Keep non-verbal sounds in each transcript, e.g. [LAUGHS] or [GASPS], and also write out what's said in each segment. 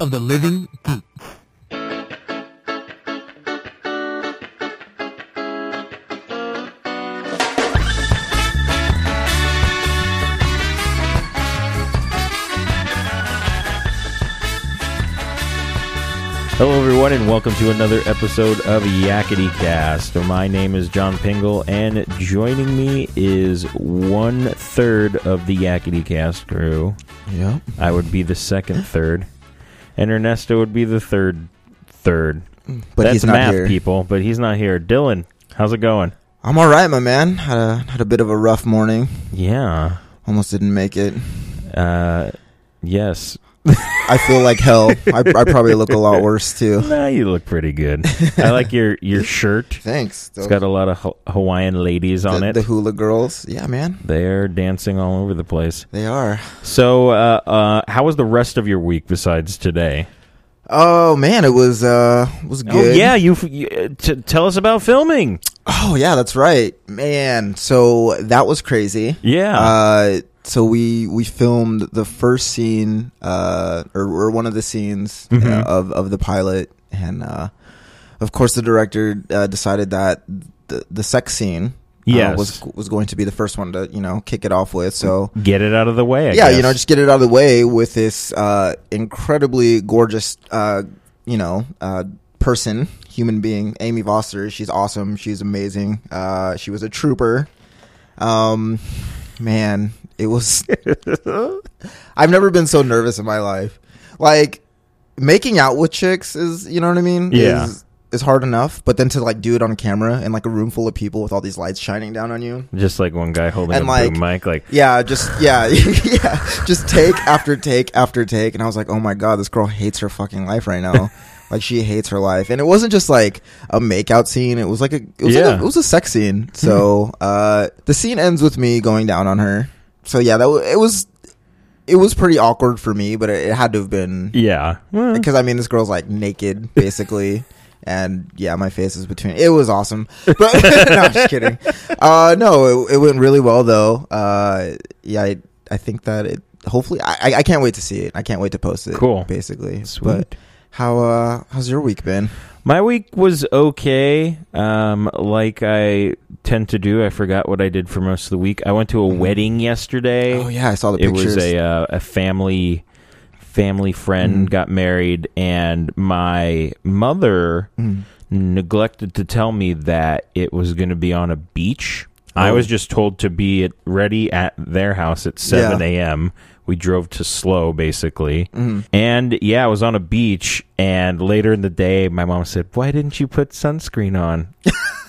of the living geek. Hello, everyone, and welcome to another episode of Yakety Cast. My name is John Pingle, and joining me is one third of the Yakety Cast crew. Yeah. I would be the second third, and Ernesto would be the third third. But That's he's not math, here. people, but he's not here. Dylan, how's it going? I'm all right, my man. Had a had a bit of a rough morning. Yeah. Almost didn't make it. Uh, yes. I feel like hell. I, I [LAUGHS] probably look a lot worse too. Nah, you look pretty good. I like your [LAUGHS] your shirt. Thanks. It's got a lot of Ha- Hawaiian ladies on the, it. The hula girls. Yeah, man. They're dancing all over the place. They are. So, uh, uh, how was the rest of your week besides today? Oh man, it was uh was good. Oh yeah, you, f- you uh, t- tell us about filming. Oh yeah, that's right, man. So that was crazy. Yeah. Uh, so we we filmed the first scene, uh, or, or one of the scenes uh, Mhm. of of the pilot, and uh, of course the director uh, decided that the the sex scene. uh, Yes. was was going to be the first one to you know kick it off with. So Get it out of the way. I yeah, you guess. know, just get it out of the way with this uh, incredibly gorgeous, uh, you know, uh, person, human being, Amy Voster. She's awesome. She's amazing. Uh, she was a trooper. Um, man, it was. [LAUGHS] uh, I've never been so nervous in my life. Like making out with chicks is, you know what I mean? Yeah. Is, is hard enough, but then to like do it on camera in like a room full of people with all these lights shining down on you. just like one guy holding And, a like- boom mic, like Yeah, just yeah, [LAUGHS] yeah, just take after take after take, and I was like, oh my god, this girl hates her fucking life [LAUGHS] right now. like she hates her life, and it wasn't just like a makeout scene. It was like a it was, like Yeah. a, it was a sex scene. [LAUGHS] So uh, the scene ends with me going down on her. So yeah, that w- it was it was pretty awkward for me, but it, it had to have been yeah. Well, because I mean this girl's like [LAUGHS] naked basically. And yeah, my face is between. It was awesome, but [LAUGHS] no, I'm just kidding. Uh, no, it, it went really well though. Uh, yeah, I, I think that it. Hopefully, I, I- I can't wait to see it. I can't wait to post it. Cool. basically. Sweet. But how uh, how's your week been? My week was okay. Um, like I tend to do, I forgot what I did for most of the week. I went to a wedding yesterday. Mm-hmm. Oh yeah, I saw the it pictures. was a uh, a family family friend Mhm. got married, and my mother Mm. neglected to tell me that it was going to be on a beach. I Oh. was just told to be at, ready at their house at 7 Yeah. a.m. We drove to Slow, basically. Mm. And yeah, I was on a beach. And later in the day, my mom said, Why didn't you put sunscreen [LAUGHS] on?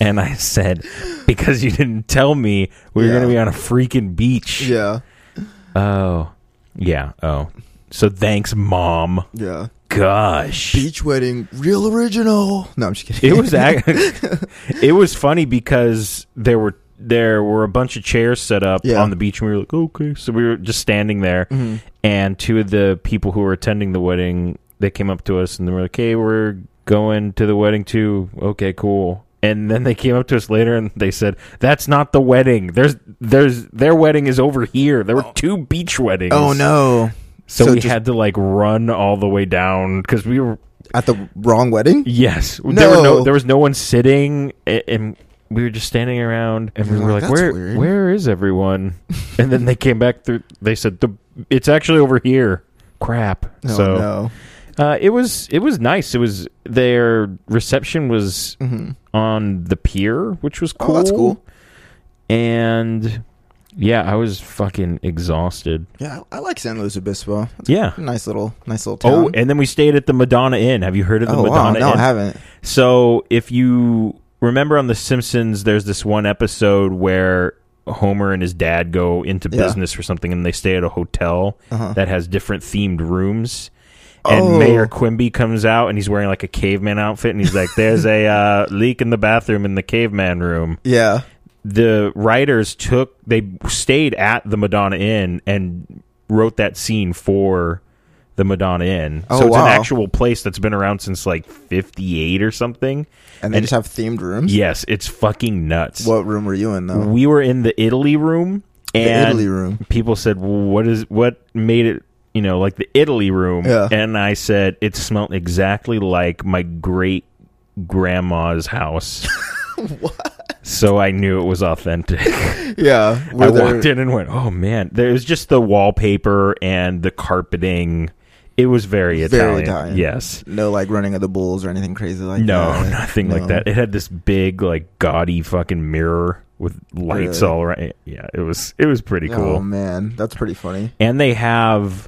and I said, Because you didn't tell me we were Yeah. going to be on a freaking beach. Yeah, Oh, yeah. Oh. So thanks, mom. yeah. Gosh. Beach wedding, real original. No, I'm just kidding. It [LAUGHS] was ac- it was funny because there were there were a bunch of chairs set up Yeah. on the beach, and we were like, okay. So we were just standing there, Mm-hmm. and two of the people who were attending the wedding they came up to us and they were like, hey, we're going to the wedding too. Okay, cool. And then they came up to us later and they said, "That's not the wedding. There's there's their wedding is over here. There were two beach weddings. oh no, So, So we just- had to like run all the way down because we were at the wrong wedding. Yes, there were no No. there was no one sitting, a- and we were just standing around, and we You're were like, like, "That's "Where weird." where is everyone?" and then they came back through. They said, "The it's actually over here." Crap. Oh, so no. uh, it was it was nice. It was their reception was Mhm. on the pier, which was cool. Oh, that's cool. And yeah, I was fucking exhausted. Yeah, I I like San Luis Obispo. It's Yeah. a nice little, nice little town. Oh, and then we stayed at the Madonna Inn. Have you heard of the Oh, wow. Madonna No, Inn? I haven't. So if you remember on The Simpsons, there's this one episode where Homer and his dad go into Yeah. business or something, and they stay at a hotel Uh-huh. that has different themed rooms. And Oh. Mayor Quimby comes out, and he's wearing like a caveman outfit, and he's like, "There's a uh, [LAUGHS] leak in the bathroom in the caveman room." Yeah. The writers took they stayed at the Madonna Inn and wrote that scene for the Madonna Inn. Oh, so it's wow. an actual place that's been around since like 58 or something. And they And- just have themed rooms. Yes, it's fucking nuts. What room were you in though? we were in the Italy room, the and Italy room. [LAUGHS] people said, well, "What is what made it you know, like the Italy room, Yeah. and I said it smelled exactly like my great grandma's [LAUGHS] house. So I knew it was authentic. Yeah. I were there- walked in and went, "Oh man!" There was just the wallpaper and the carpeting. It was very Very Italian. Italian. Yes. No, like running of the bulls or anything crazy like No, that. nothing like No. that. It had this big, like gaudy fucking mirror with lights Really? all right. Yeah, it was it was pretty cool. Oh man, that's pretty funny. and they have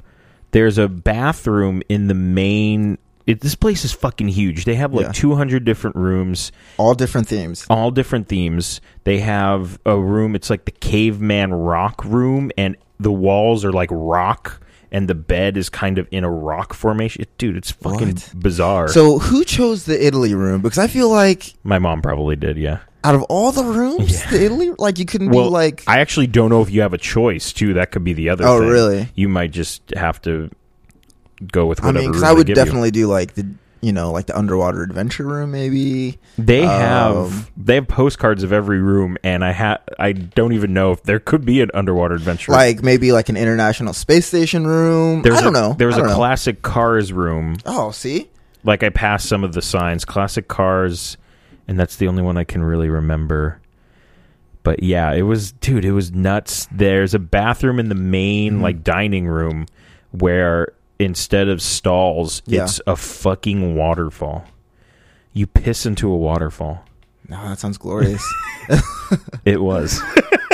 there's a bathroom in the main. It, this place is fucking huge. They have like Yeah. 200 different rooms, All different themes. all different themes. They have a room. It's like the caveman rock room, and the walls are like rock, and the bed is kind of in a rock formation. It- dude, it's fucking What? bizarre. So who chose the Italy room? Because I feel like My mom probably did. Yeah. out of all the rooms, Yeah. the Italy like you couldn't Well, be like I actually don't know if you have a choice too. That could be the other. Oh, thing. really? You might just have to go with I whatever. mean, because room I they would give you. definitely do like the you know like the underwater adventure room maybe. They have Um, they have postcards of every room, and I ha- I don't even know if there could be an underwater adventure. Like maybe like an international space station room. there was I don't a, know. There was I don't a know. classic Cars room. Oh, see, Like I passed some of the signs, classic Cars, and that's the only one I can really remember. But yeah, it was dude, it was nuts. There's a bathroom in the Mm-hmm. main like dining room where instead of stalls, Yeah. it's a fucking waterfall. You piss into a waterfall. no, that [LAUGHS] sounds glorious. [LAUGHS] It was.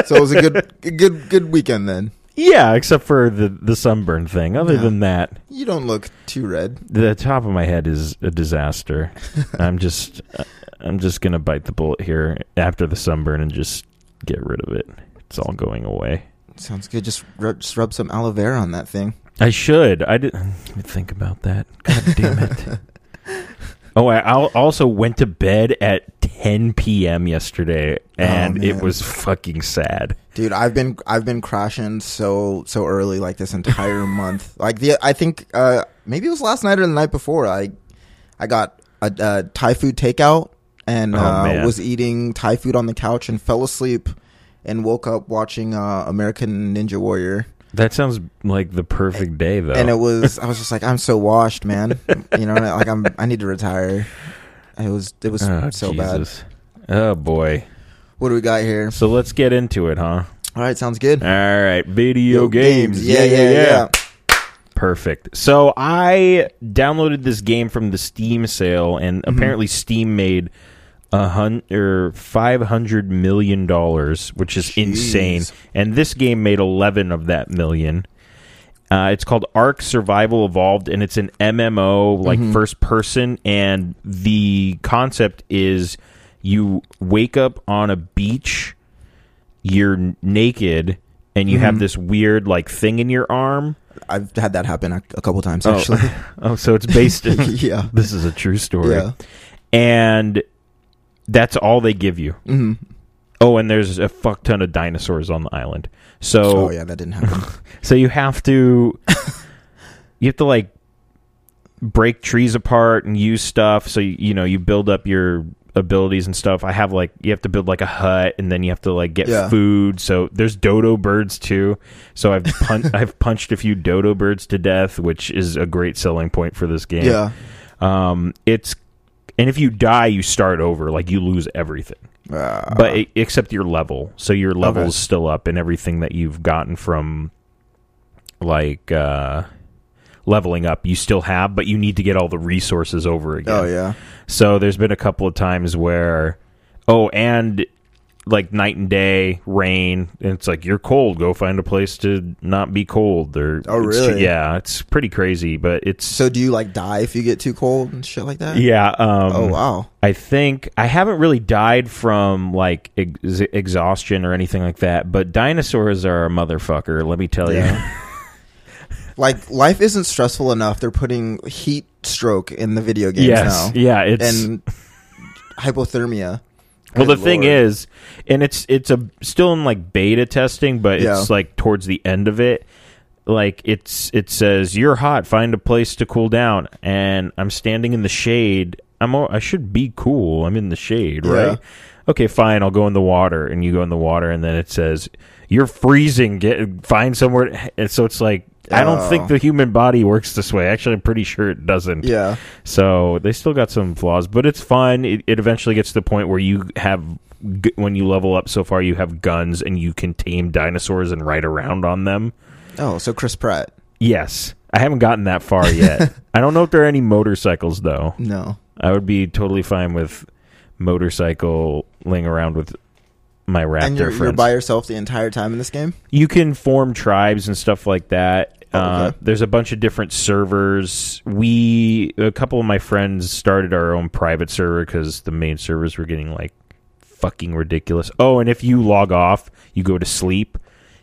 so it was a good, a good, good weekend then. Yeah, except for the the sunburn thing. Other Yeah. than that, You don't look too red. the top of my head is a [LAUGHS] disaster. I'm just uh, I'm just going to bite the bullet here after the sunburn and just get rid of it. It's all going away. Sounds good. Just rub, just rub some aloe vera on that thing. I should. I didn't think about that. God damn it. [LAUGHS] Oh, I al- also went to bed at 10 p.m. yesterday, and it Oh, man. was fucking sad. Dude, I've been I've been crashing so so early like [LAUGHS] this entire month. Like the I think uh maybe it was last night or the night before. I I got a, a Thai food takeout and Oh, uh, man. was eating Thai food on the couch and fell asleep and woke up watching uh, American Ninja Warrior. That sounds like the perfect day, though. And it was I was just like [LAUGHS] I'm so washed, man. you know, like I'm I need to retire. It was it was oh, so bad. Jesus. Oh, boy. What do we got here? So let's get into it, huh? All right, sounds good. All right, video games. Perfect. So I downloaded this game from the Steam sale, and apparently Steam made a hundred or five hundred million dollars, which is Jeez. insane. And this game made eleven of that million. Uh, it's called Ark Survival Evolved, and it's an MMO, like first person. And the concept is you wake up on a beach, you're n- naked, and you have this weird like thing in your arm. I've had that happen a, a couple [LAUGHS] times actually. [LAUGHS] Oh, so it's based. yeah. this is a true story. Yeah. And that's all they give you. hmm Oh, and there's a fuck ton of dinosaurs on the island. So, Oh, yeah, that [LAUGHS] didn't happen. so you have [LAUGHS] to, you have to like break trees apart and use stuff. So you, you know you build up your abilities and stuff. I have like you have to build like a hut, and then you have to like get Yeah. food. So there's dodo birds too. So I've [LAUGHS] pun- I've punched a few dodo birds to death, which is a great selling point for this game. yeah. Um, it's and if you die, you start over. Like you lose everything, Uh, but it, except your level. So your level's Okay. still up, and everything that you've gotten from like uh, leveling up, you still have. But you need to get all the resources over again. oh yeah. So there's been a couple of times where, oh, and like night and day, rain. And it's like you're cold. Go find a place to not be cold. Or Oh, it's- really? yeah, it's pretty crazy, but it's So do you like die if you get too cold and shit like that? yeah. Um, Oh wow. I think I haven't really died from like ex- exhaustion or anything like that, but dinosaurs are a motherfucker. Let me tell you. Yeah. like life isn't stressful enough. They're putting heat stroke in the video games yes, now. yeah. It's And hypothermia. well, the Good thing lord. is, and it's it's a still in like beta testing, but Yeah. it's like towards the end of it. Like it's it says you're hot, find a place to cool down, and I'm standing in the shade. I'm all, I should be cool. I'm in the shade, Yeah. right? Okay, fine. I'll go in the water, and you go in the water, and then it says you're freezing. Get find somewhere. to- And so it's like I don't Oh. think the human body works this way. Actually, I'm pretty sure it doesn't. Yeah. So they still got some flaws, but it's fine. It, it eventually gets to the point where you have, g- when you level up so far, you have guns and you can tame dinosaurs and ride around on them. Oh, so Chris Pratt. Yes. I haven't gotten that far yet. I don't know if there are any motorcycles, though. No. I would be totally fine with motorcycling around with my raptor and you're, friends. you're by yourself the entire time in this game? you can form tribes and stuff like that. Oh, Uh, okay. there's a bunch of different servers. We a couple of my friends started our own private server because the main servers were getting like fucking ridiculous. Oh, and if you log off, you go to sleep,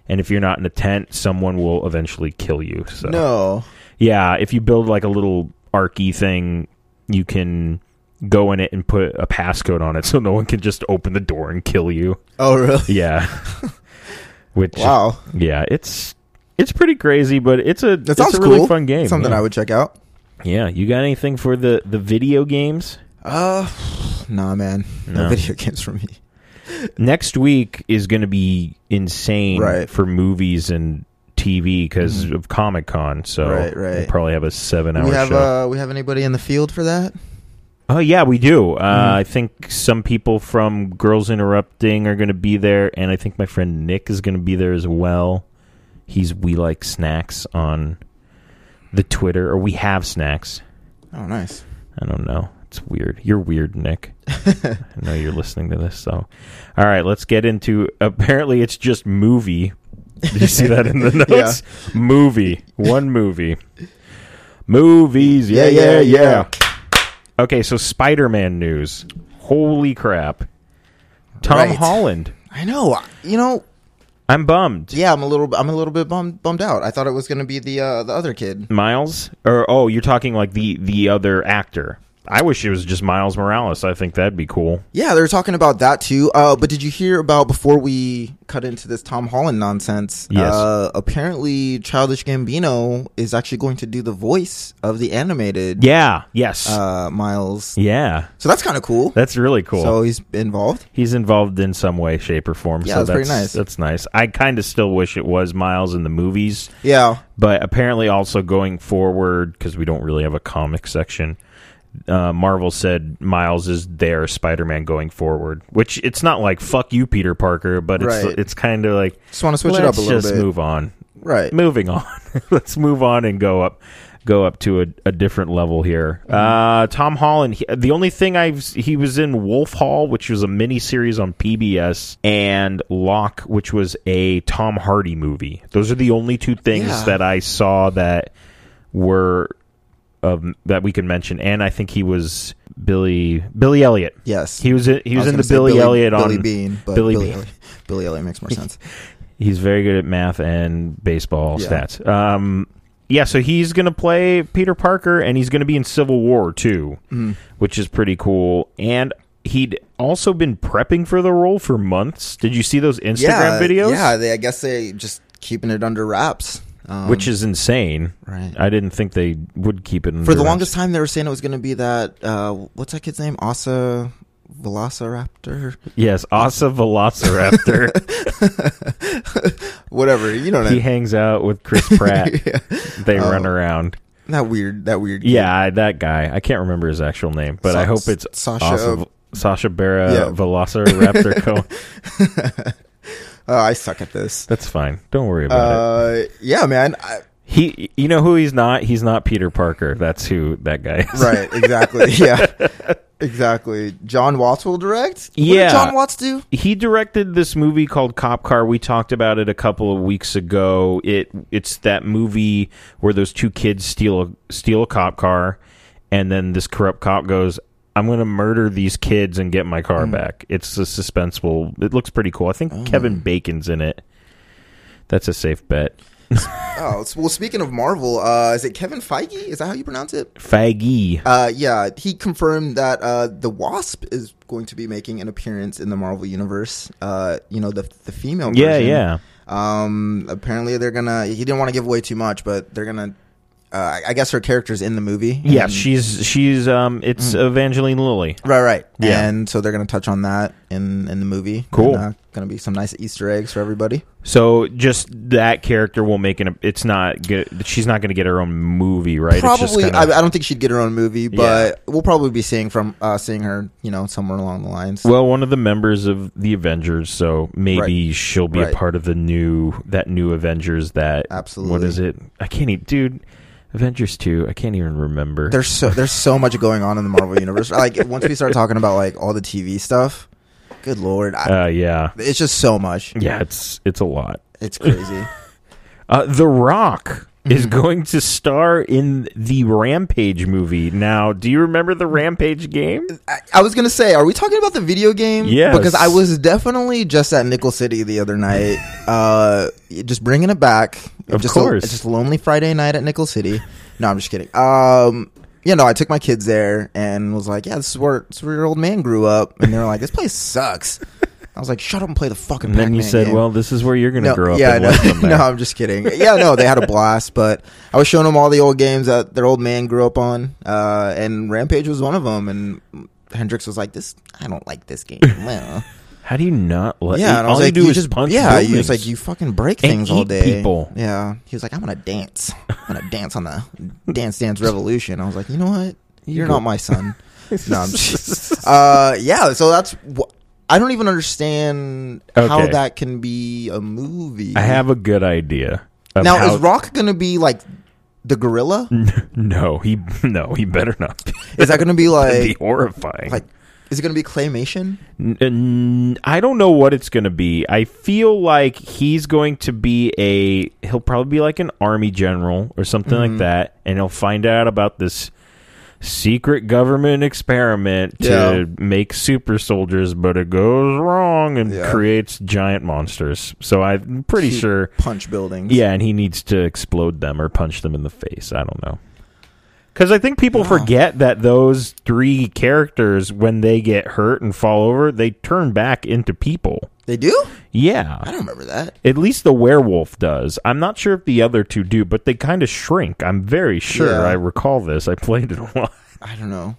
and if you're not in a tent, someone will eventually kill you. So No. yeah, if you build like a little archy thing, you can go in it and put a passcode on it so no one can just open the door and kill you. Oh, really? Yeah. [LAUGHS] Which Wow. yeah, it's it's pretty crazy, but it's a That it's sounds a really cool. fun game. Something yeah. I would check out. Yeah, you got anything for the the video games? Uh, nah, man. No, No. video [LAUGHS] games for me. Next week is going to be insane Right. Mm-hmm. for movies and TV because of Comic Con. So Right, right. we'll probably have a seven hour we have show. uh, we have anybody in the field for that? oh yeah, we do. Uh, Mhm. I think some people from Girls Interrupting are going to be there, and I think my friend Nick is going to be there as well. He's we like snacks on the Twitter, or we have snacks. Oh, [LAUGHS] nice. I don't know. It's weird. You're weird, Nick. I know you're listening to this, so. All right, let's get into. Apparently, it's just movie. Did you see that in [LAUGHS] the Yeah. notes? Movie. One movie. Movies. Yeah, yeah, Yeah, yeah, yeah. Okay, so Spider Man news. Holy crap. Tom Right. Holland. I know. I- You know. I'm bummed. Yeah, I'm a little. I'm a little bit bummed, bummed out. I thought it was going to be the uh, the other kid. Miles? Or, oh, you're talking like the, the other actor. I wish it was just Miles Morales. I think that'd be cool. Yeah, they were talking about that too. Uh, but did you hear about before we cut into this Tom Holland nonsense? Yes. Uh, apparently, Childish Gambino is actually going to do the voice of the animated Yeah, yes. uh, Miles. yeah. So that's kind of cool. That's really cool. So he's involved. He's involved in some way, shape, or form. Yeah, so that's that's pretty nice. That's nice. I kind of still wish it was Miles in the movies, Yeah. but apparently, also going forward because we don't really have a comic section. Uh, Marvel said Miles is their Spider-Man going forward, which it's not like fuck you, Peter Parker, but it's Right. it's kind of like Just want to switch let's it up a little just bit. move on. Right. Moving on, [LAUGHS] let's move on and go up, go up to a, a different level here. Mm-hmm. Uh, Tom Holland. He, the only thing I've he was in Wolf Hall, which was a mini series on PBS, and Locke, which was a Tom Hardy movie. Those are the only two things Yeah. that I saw that were um, that we can mention. And I think he was Billy Billy Elliot. Yes. He was in, he I was, in gonna the say Billy, Elliot Billy on. Bean, but Billy Billy, Bean. Elliot- Billy Elliot makes more sense. He's very good at math and baseball Yeah. stats. Um, yeah, so he's going to play Peter Parker, and he's going to be in Civil War too, Mm-hmm. which is pretty cool. And he'd also been prepping for the role for months. Did you see those Instagram yeah, videos? Yeah, they, I guess they just keeping it under wraps, um, which is insane. right. I didn't think they would keep it For the longest time, they were saying it was going to be that uh, what's that kid's name? Asa Velociraptor, Yes, Asa [LAUGHS] Velociraptor. whatever. You know what he I hangs out with [LAUGHS] Chris Pratt. They Oh. run around. That weird. That weird. kid. Yeah, I, that guy. I can't remember his actual name, but Sa- I hope it's Sasha- Asa, Sasha Barra Yeah. [LAUGHS] Velociraptor Cohen. Oh, I suck at this. That's fine. Don't worry about it. Uh, yeah, man. I, He, you know who he's not? He's not Peter Parker. That's who that guy is. [LAUGHS] [LAUGHS] right. Exactly. yeah. Exactly. John Watts will direct. What Yeah. did John Watts do? He directed this movie called Cop Car. We talked about it a couple of weeks ago. It it's that movie where those two kids steal a, steal a cop car, and then this corrupt cop goes, "I'm going to murder these kids and get my car Hmm. back." It's a suspenseful. It looks pretty cool. I think Kevin Bacon's in it. That's a safe bet. Oh, s- well, speaking of Marvel, uh, is it Kevin Feige? Is that how you pronounce it? Faggy. Uh, yeah, he confirmed that uh, the Wasp is going to be making an appearance in the Marvel universe. Uh, you know, the the female. Yeah, version. yeah. Um, apparently they're gonna. He didn't want to give away too much, but they're gonna uh, I guess her character's in the movie. Yeah, And- she's she's um it's Evangeline Lilly. Right, right. Yeah. And so they're going to touch on that in in the movie. Cool. And, uh, going to be some nice Easter eggs for everybody. So just that character will make an it's not good she's not going to get her own movie, right? it's probably. just kinda- I, I don't think she'd get her own movie, but we'll probably be seeing from uh, seeing her, you know, somewhere along the lines. well, one of the members of the Avengers, so maybe she'll be Right. a part of the new that new Avengers that What Absolutely. is it? I can't even dude, Avengers 2, I can't even remember. There's so there's so much going on in the [LAUGHS] Marvel universe. Like once we start talking about like all the TV stuff, good lord, I, uh yeah. it's just so much. Yeah, it's it's a lot. It's crazy. Uh, the Rock is going to star in the Rampage movie. Now, do you remember the Rampage game? I, I was gonna say, are we talking about the video game? Yes. Because I was definitely just at Nickel City the other [LAUGHS] night. Uh, just bringing it back. Of just course. A, just a lonely Friday night at Nickel City. No, I'm just kidding. Um, you know, I took my kids there and was like, "Yeah, this is where this is where your old man grew up." And they were like, "This place sucks." I was like, "Shut up and play the fucking." And then you Pac-Man said, game." "Well, this is where you're going to no, grow up." yeah, and no, live [LAUGHS] from no, there. I'm just kidding. Yeah, no, they had a blast, but I was showing them all the old games that their old man grew up on, uh, and Rampage was one of them. And Hendrix was like, "This, I don't like [LAUGHS] this game." Well, How do you not let? yeah, and I all was like, you do is just punch. yeah, you buildings. just like you fucking break And things all eat day. people. Yeah, he was like, "I'm gonna dance, I'm gonna dance on the Dance Dance Revolution." I was like, "You know what? You're go- not [LAUGHS] my son." no, I'm just, uh, yeah. So that's. Wh- I don't even understand how Okay. that can be a movie. I have a good idea. Of Now how- is Rock gonna be like the gorilla? [LAUGHS] No, he no, he better not. Be. [LAUGHS] Is that gonna be That'd be like horrifying. like is it gonna be claymation? N- n- I don't know what it's going to be. I feel like he's going to be a he'll probably be like an army general or something Mm-hmm. like that and he'll find out about this secret government experiment to Yeah. make super soldiers but it goes wrong and Yeah. creates giant monsters. So I'm pretty Shoot sure punch buildings. yeah, and he needs to explode them or punch them in the face. I don't know. Because I think people forget that those three characters, when they get hurt and fall over, they turn back into people. They do? I Yeah. don't remember that. At least the werewolf does. I'm not sure if the other two do, but they kind of shrink. I'm very sure. Yeah. I recall this. I played it a lot. I don't know.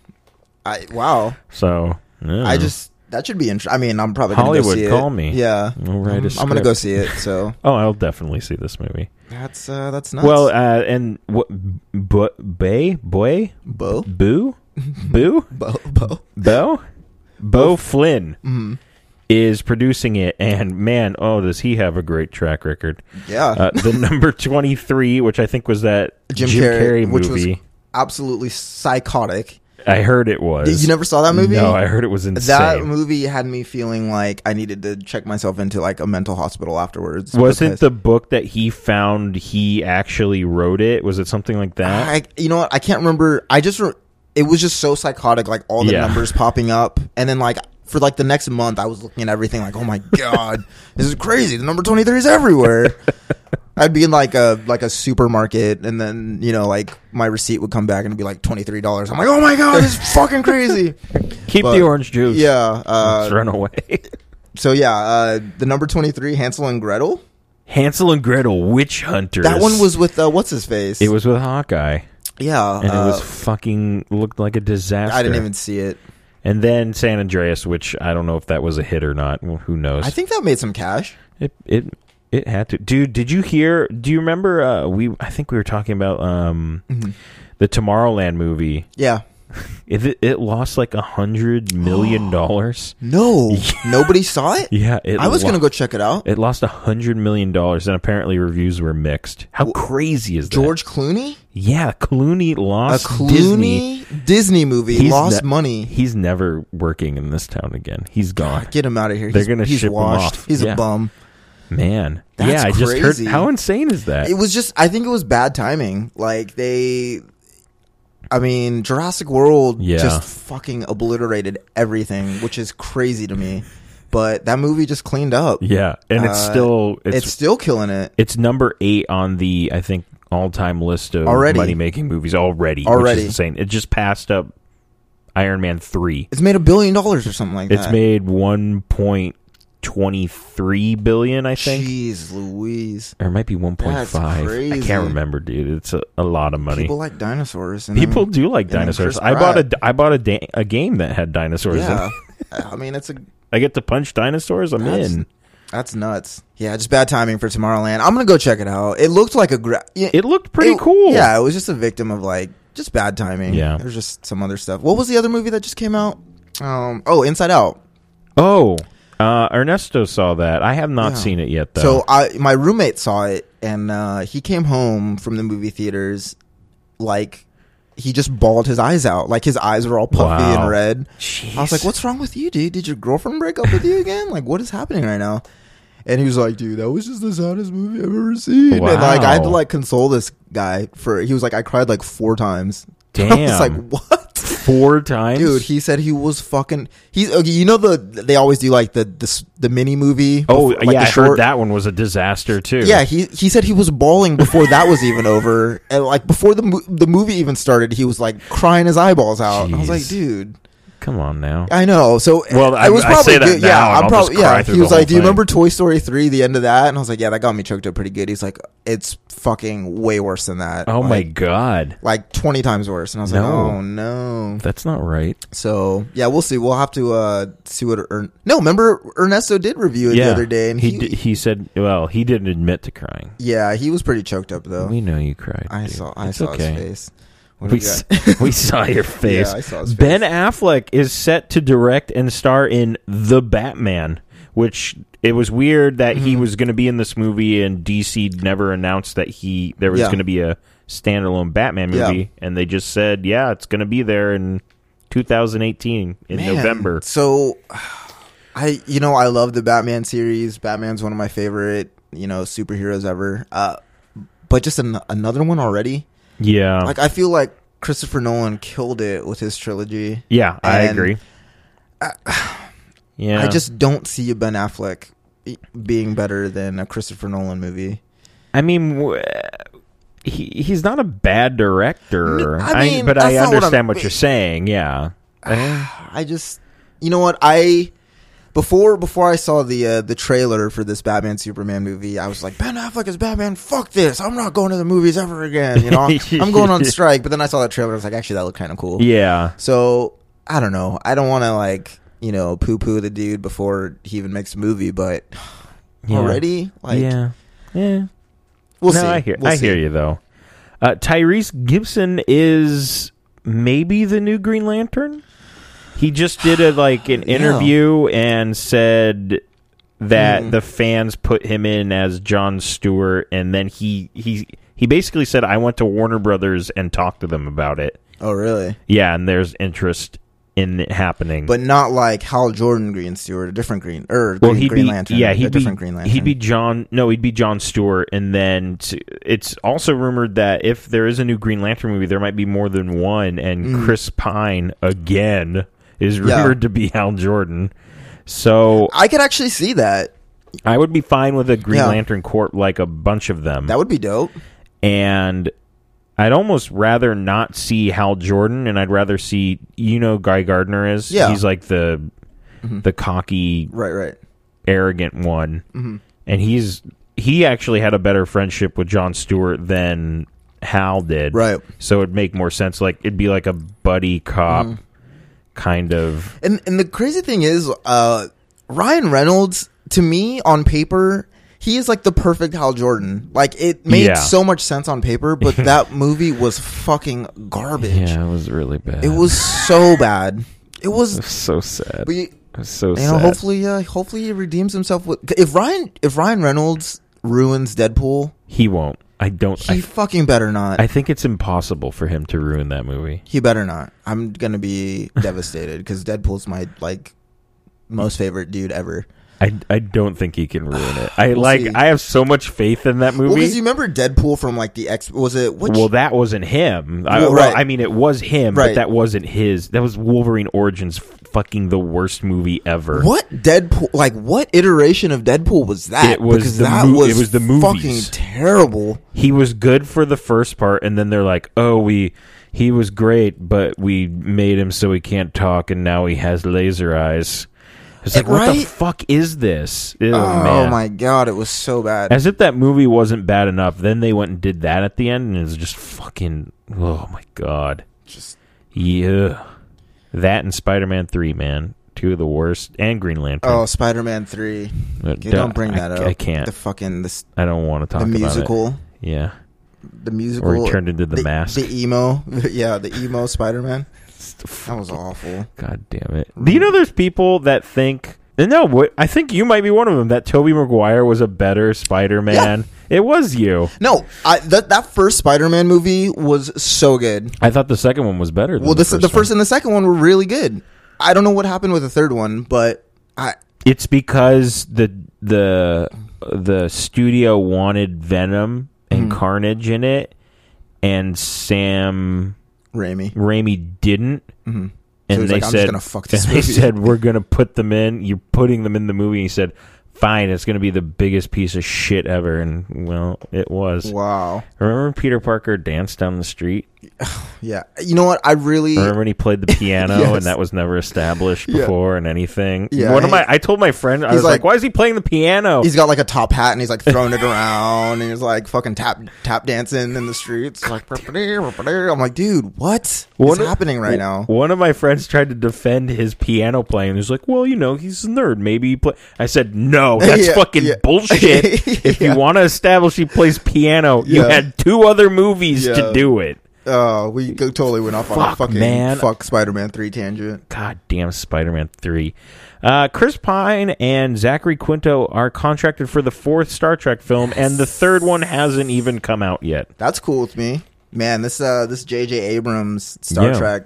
I wow. So, yeah. I just that should be interesting. I mean, I'm probably gonna Hmm. Hollywood, go see it. call me. Yeah, We'll write a I'm, I'm gonna script. go see it. [LAUGHS] So Oh, I'll definitely see this movie. that's uh, that's nuts. Well, uh, and what? Bu- Bay? Boy? [LAUGHS] Bo, [LAUGHS] Boo? Boo? Bo, Bo. Bo? Bo Flynn Mm-hmm. is producing it, and man, oh, does he have a great track record. Yeah, Uh, [LAUGHS] the number 23, which I think was that Jim, Carrey, which movie. was absolutely psychotic. I heard it was. You never saw that movie? No, I heard it was insane. That movie had me feeling like I needed to check myself into like a mental hospital afterwards. Wasn't because- the book that he found he actually wrote it? Was it something like that? I, you know what? I can't remember. I just re- it was just so psychotic, like all the Yeah. numbers popping up, and then like for like the next month, I was looking at everything like, [LAUGHS] oh my god, this is crazy. The number twenty three is everywhere. I'd be in like a like a supermarket, and then you know like my receipt would come back and it'd be like twenty three dollars. I'm [LAUGHS] like, oh my god, this [LAUGHS] is fucking crazy. Keep but- the orange juice. Yeah. Let's Uh, run away. [LAUGHS] so yeah, uh, the number twenty three, Hansel and Gretel. Hansel and Gretel, Witch Hunters. That one was with uh, what's his face. It was with Hawkeye, yeah, and uh, it was fucking looked like a disaster. I didn't even see it. And then San Andreas, which I don't know if that was a hit or not. Well, Who knows? I think that made some cash. it it it had to. Dude, did you hear? Do you remember? Uh, we I think we were talking about um Mm-hmm. the Tomorrowland movie. Yeah. If It it lost like a [GASPS] hundred million dollars. [LAUGHS] No, nobody saw it. Yeah, it I was lo- gonna go check it out. It lost a hundred million dollars, and apparently reviews were mixed. How crazy is that? George Clooney, Yeah, Clooney a lost Clooney Disney. Disney, movie, He's lost ne- money. He's never working in this town again. He's gone. Get him out of here. They're he's, gonna he's ship him washed. off. He's Yeah. a bum. Man, That's yeah, I just crazy. heard. How insane is that? It was just. I think it was bad timing. Like they. I mean, Jurassic World Yeah. just fucking obliterated everything, which is crazy to me. But that movie just cleaned up. yeah, and it's Uh, still It's, it's, it's still killing it. number eight on the I think all time list of Already. money making movies already. which Already. is insane. It just passed up Iron Man three. It's made a billion dollars or something like It's that. made one point 23 billion, I think. Jeez Louise. Or it might be 1.5. That's I crazy. can't remember, dude. It's a, a lot of money. [LAUGHS] People People, like dinosaurs. And then- do like and then dinosaurs. Chris I bought a Pratt. d- I bought a da- a game that had dinosaurs. in Yeah. it. I mean, it's a I get to punch dinosaurs. I'm That's- in. that's nuts. Yeah, just bad timing for Tomorrowland. I'm gonna go check it out. It looked like a gra- yeah, It looked pretty it- cool. Yeah, it was just a victim of like just bad timing. Yeah. there's just some other stuff. What was the other movie that just came out? Um, oh, Inside Out. Oh, uh, Ernesto saw that. I have not Yeah. seen it yet, though. So I, my roommate saw it, and uh, he came home from the movie theaters like he just bawled his eyes out. Like his eyes were all puffy Wow. and red. Jeez. I was like, "What's wrong with you, dude? Did your girlfriend break up with you again? Like, what is happening right now?" And he was like, "Dude, that was just the saddest movie I've ever seen." And like, I had to Wow. like console this guy for. He was like, "I cried like four times." I was Damn. like, "What?" four times? Dude, he said he was fucking. He's okay. You know the they always do like the the, s- the mini movie. oh, before- like, yeah. the I short- heard that one was a disaster, too. Yeah, he he said he was bawling before that was even over, and like before the mo- the movie even started, he was like crying his eyeballs out. And I was Jeez. like, dude, Come on now. I know. So Well, I- it was I probably say that good. now, yeah, and I'm I'll probably just cry yeah. through He the was like, whole "Do you thing." remember Toy Story three? The end of that?" And I was like, "Yeah, that got me choked up pretty good." He's like, "It's fucking way worse than that. oh, my like, God. like twenty times worse." And I was like, No. "Oh no." That's not right. So yeah, we'll see. We'll have to uh see what. Ern- no, remember Ernesto did review it the other day, and he, he, d- he said, well, he didn't admit to crying. yeah, he was pretty choked up though. We know you cried. I dude. saw I It's saw okay. his face. What do We, you got? s- [LAUGHS] we saw your face. [LAUGHS] Yeah, I saw his Ben Affleck is set to direct and star in The Batman, which it was weird that Mm-hmm. he was going to be in this movie and DC never announced that he there was Yeah. going to be a standalone Batman Yeah. movie and they just said, "Yeah, it's going to be there in 2018 in Man, November." So [SIGHS] I you know I love the Batman series. Batman's one of my favorite, you know, superheroes ever. Uh but just an, another one already? Yeah. Like I feel like Christopher Nolan killed it with his trilogy. yeah, I and- agree. [SIGHS] yeah. I just don't see a Ben Affleck eh, being better than a Christopher Nolan movie. I mean, w- he he's not a bad director. N- I mean, but that's I not what I'm- understand what, you're saying. Yeah. I just, you know what I before before I saw the uh, the trailer for this Batman Superman movie, I was like Ben Affleck is Batman. Fuck this! I'm not going to the movies ever again. You know, I'm [LAUGHS] going on strike. But then I saw that trailer. I was like, actually, that looked kind of cool. yeah. So I don't know. I don't want to like you know poo poo the dude before he even makes a movie, but. Yeah. Already, like yeah. Yeah. we'll no, see. I hear We'll I see. hear you though. Uh, Tyrese Gibson is maybe the new Green Lantern. He just did a like an Yeah. interview and said that Hmm. the fans put him in as John Stewart and then he he he basically said I went to Warner Brothers and talked to them about it. Oh, really? Yeah, and there's interest in it happening. But not like Hal Jordan Green Stewart, a different Green or well, Green, he'd Green be Lantern. yeah, a he'd be different Green Lantern. he'd be John. No, he'd be John Stewart. And then t- it's also rumored that if there is a new Green Lantern movie, there might be more than one. And Chris Pine again is Mm. Yeah. rumored to be Hal Jordan. So I could actually see that. I would be fine with a Green Yeah. Lantern Corp like a bunch of them. That would be dope. and I'd almost rather not see Hal Jordan, and I'd rather see you know Guy Gardner is. Yeah. Mm-hmm. he's like the the cocky, Right, right. arrogant one, Mm-hmm. and he's he actually had a better friendship with John Stewart than Hal did. Right. so it'd make more sense. Like it'd be like a buddy cop Mm-hmm. kind of. And and the crazy thing is, uh, Ryan Reynolds to me on paper, he is like the perfect Hal Jordan. Like it made Yeah. so much sense on paper, but that movie was fucking garbage. it was really bad. It was so bad. It was. [LAUGHS] so sad. But you, it was so you know, hopefully, uh, hopefully he redeems himself. With if Ryan if Ryan Reynolds ruins Deadpool, he won't. I don't. he I, fucking better not. I think it's impossible for him to ruin that movie. He better not. I'm gonna be devastated because Deadpool's my like most favorite dude ever. I, I don't think he can ruin it. I We'll like see. I have so much faith in that Well, movie. because you remember Deadpool from like the X. Was it which? Well, that wasn't him. I, Well, well, right. I mean, it was him, Right. but that wasn't his. That was Wolverine Origins, fucking the worst movie ever. what Deadpool? Like what iteration of Deadpool was that? It was the mo- it was the movies. fucking terrible. He was good for the first part, and then they're like, "Oh, we he was great, but we made him so he can't talk, and now he has laser eyes." It's It's like, what the Right? fuck is this? Ew, oh man. my god, it was so bad. As if that movie wasn't bad enough. Then they went and did that at the end, and it was just fucking. Oh my god. Just Yeah. That and Spider Man 3, man. Two of the worst. And Green Lantern. oh, Spider Man three. Uh, Okay, don't bring I- that up. I can't. The fucking this I don't want to talk the about it. musical, Yeah. the musical. Or he turned into the, mask. The emo, [LAUGHS] yeah, the emo Spider Man. That was awful. God damn it. Do you know there's people that think and no, what I think you might be one of them that Toby Maguire was a better Spider-Man. It was you. No, I, that that first Spider Man movie was so good. I thought the second one was better. Than Well, the this first the first one. and the second one were really good. I don't know what happened with the third one, but I It's because the the the studio wanted Venom and Hmm. Carnage in it, and Sam Raimi. Raimi didn't. Mhm. And So he's they like, "I'm just said, gonna [LAUGHS] fuck this and movie they said up." we're gonna put them in. You're putting them in the movie. He said, "Fine, it's gonna be the biggest piece of shit ever." And well, it was. Wow. Remember when Peter Parker danced down the street? Yeah. You know what? I really. Remember when he played the [LAUGHS] piano Yes. and that was never established Yeah. before and anything? Yeah, One of he- my, I told my friend, I he's was like, like- "Why is he playing the piano?" He's got like a top hat and he's like [LAUGHS] throwing it around and he's like fucking tap tap dancing in the streets. Like, [LAUGHS] I'm like, dude, what? What's One of- happening w- right now? One of my friends tried to defend his piano playing. He's like, "Well, you know, he's a nerd. Maybe he play." I said, [LAUGHS] "No, that's Yeah, fucking yeah. bullshit. [LAUGHS] If you Yeah. want to establish he plays piano, you Yeah. had two other movies to Yeah. do it. Oh, we go- totally went off on a Fuck, fucking man. fuck Spider-Man three tangent. God damn, Spider-Man three. Uh, Chris Pine and Zachary Quinto are contracted for the fourth Star Trek film, and the third one hasn't even come out yet. That's cool with me, man. This uh, this J.J. Abrams Star Yeah. Trek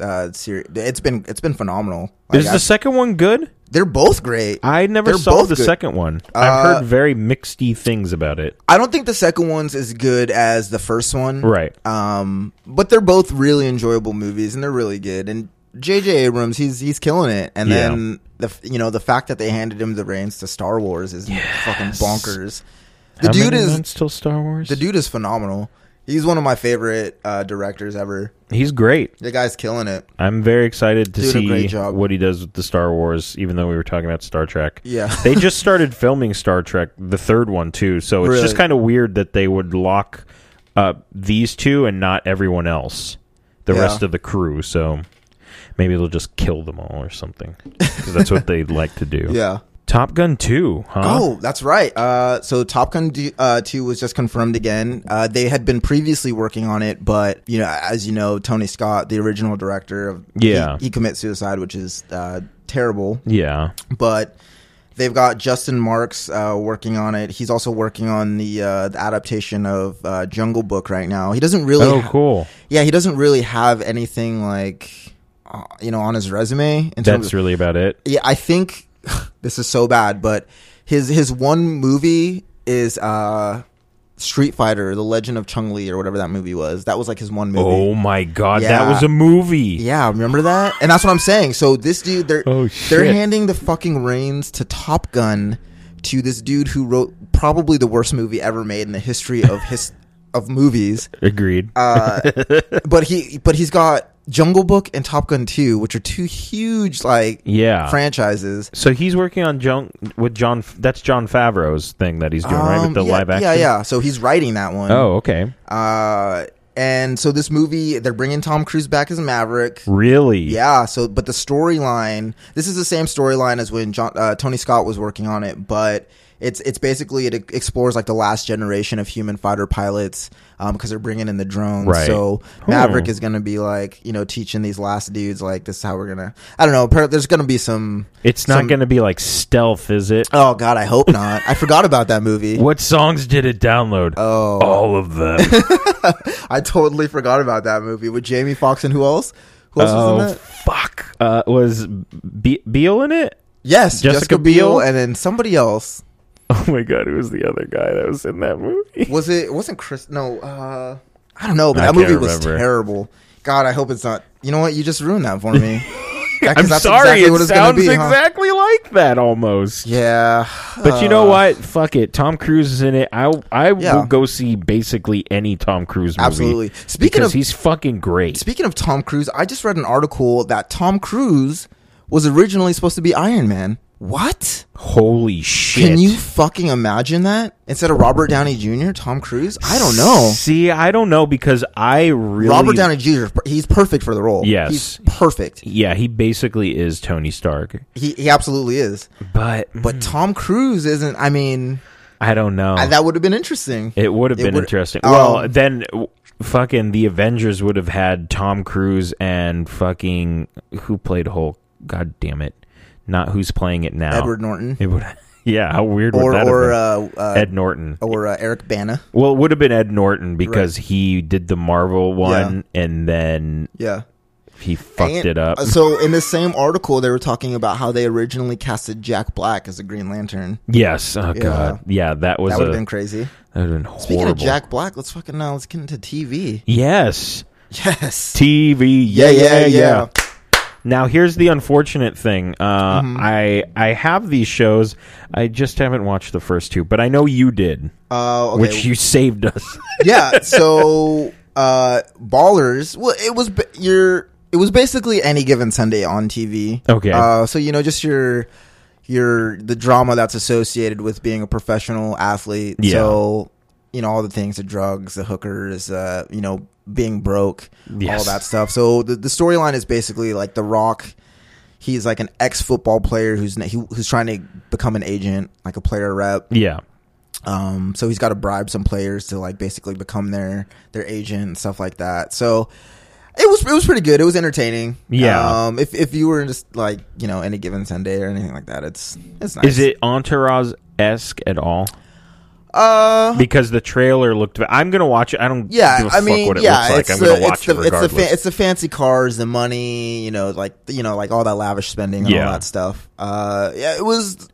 uh series, it's been it's been phenomenal. Like, Is I- the second one good? they're both great. I, I never They're saw both the good. second one. Uh, I've heard very mixedy things about it. don't think the second one's as good as the first one, Right. Um, but they're both really enjoyable movies, and they're really good. And J.J. Abrams, he's he's killing it. And Yeah. then the f- you know the fact that they handed him the reins to Star Wars is fucking bonkers. The How dude many is months till Star Wars. the dude is phenomenal. He's one of my favorite uh, directors ever. He's great. The guy's killing it. I'm very excited to Doing a see great job. what he does with the Star Wars. Even though we were talking about Star Trek, Yeah. [LAUGHS] they just started filming Star Trek, the third one too. So it's just Really? kind of weird that they would lock up these two and not everyone else, the Yeah. rest of the crew. So maybe they'll just kill them all or something. 'Cause that's what they like to do. [LAUGHS] Yeah. Top Gun two, huh? Oh, that's right. Uh, so Top Gun D- uh, 2 was just confirmed again. Uh, they had been previously working on it, but you know, as you know, Tony Scott, the original director of Yeah. he, he commits suicide, which is uh, terrible. yeah. But they've got Justin Marks uh, working on it. He's also working on the uh, the adaptation of uh, Jungle Book right now. He doesn't really Oh, ha- cool. Yeah, he doesn't really have anything like uh, you know on his resume in That's terms of really about it. yeah, I think [SIGHS] this is so bad, but his his one movie is uh Street Fighter: The Legend of Chung Li or whatever that movie was. That was like his one movie. Oh my god, that Yeah. was a movie. Yeah, remember that? And that's what I'm saying. So this dude, they're Oh, they're shit. handing the fucking reins to Top Gun to this dude who wrote probably the worst movie ever made in the history of his of movies. Agreed. [LAUGHS] Uh, but he but he's got Jungle Book and Top Gun 2, which are two huge like yeah. franchises. So he's working on John with John. That's John Favreau's thing that he's doing, right? With Um, the yeah, live action. Yeah, yeah. So he's writing that one. Oh, okay. Uh, and so this movie, they're bringing Tom Cruise back as Maverick. Really? Yeah. So, but the storyline, this is the same storyline as when John, uh, Tony Scott was working on it, but. It's it's basically it explores like the last generation of human fighter pilots because they're bringing in the drones. Right. So Hmm. Maverick is going to be like you know teaching these last dudes like this is how we're gonna. I don't know. apparently There's going to be some. It's not some- going to be like stealth, is it? Oh God, I hope not. I forgot about that movie. what songs did it download? Oh. All of [LAUGHS] them. I totally forgot about that movie with Jamie Foxx and who else? Who else was oh, in that? fuck. Uh, was Be- Beal in it? [LAUGHS] Yes, Jessica Jessica, Biel? Biel, and then somebody else. Oh my god, who was the other guy that was in that movie? Was it? it Wasn't Chris? No, uh, I don't know. But I that can't movie was remember. terrible. God, I hope it's not. You know what? You just ruined that [LAUGHS] for me. Yeah, [LAUGHS] 'cause I'm that's sorry, exactly it what it's gonna sounds be, huh? exactly like that almost. Yeah, But you know Uh, what? Fuck it. Tom Cruise is in it. I I Yeah. will go see basically any Tom Cruise movie. Uh, Absolutely. Speaking Because of he's fucking great. speaking of Tom Cruise, I just read an article that Tom Cruise was originally supposed to be Iron Man. What? Holy shit! Can you fucking imagine that? Instead of Robert Downey Jr., Tom Cruise? I don't know. See, I don't know because I really Robert Downey Jr., he's perfect for the role. Yes. He's perfect. Yeah, he basically is Tony Stark, He, he absolutely is. but But Tom Cruise isn't, I mean, I don't know. I- that would have been interesting. It would have It been would- interesting. Oh. well, then w- fucking the Avengers would have had Tom Cruise and fucking who played Hulk. God damn it. Not who's playing it now. Edward Norton. [LAUGHS] It would Yeah, how weird would Or, that or, have uh, uh, been? Ed Norton. or uh, Eric Bana. Well, it would have been Ed Norton because he did the Marvel one and then Yeah. he fucked And- it up. uh, So in the same article, they were talking about how they originally casted Jack Black as a Green Lantern. yes. Oh god. Yeah, that was That a would have been crazy. that would have been horrible. Speaking of Jack Black, let's fucking now let's get into TV. Yes. Yes. TV. Yeah, yeah, yeah. Mm-hmm. yeah. Now here's the unfortunate thing. Uh, I I have these shows. I just haven't watched the first two, but I know you did, Uh, okay. which you saved [LAUGHS] us. yeah. So uh, Ballers. Well, it was b- your. It was basically any given Sunday on TV. Okay. Uh, so you know, just your your the drama that's associated with being a professional athlete. Yeah. So you know all the things, the drugs, the hookers, uh, you know, being broke, Yes. all that stuff. So the the storyline is basically like The Rock. He's like an ex football player who's he, who's trying to become an agent, like a player rep. yeah. Um, so he's got to bribe some players to like basically become their their agent and stuff like that. So it was it was pretty good. It was entertaining. Yeah. Um, if if you were just like you know any given Sunday or anything like that, it's it's nice. Is it Entourage esque at all? Uh. Because the trailer looked. I'm gonna watch it. I don't. give Yeah, a I fuck mean, what it yeah, looks like. it's, I'm the, gonna watch it's, the, it it's the regardless. fa- it's the fancy cars, the money, you know, like you know, like all that lavish spending and Yeah. all that stuff. Uh, yeah, it was,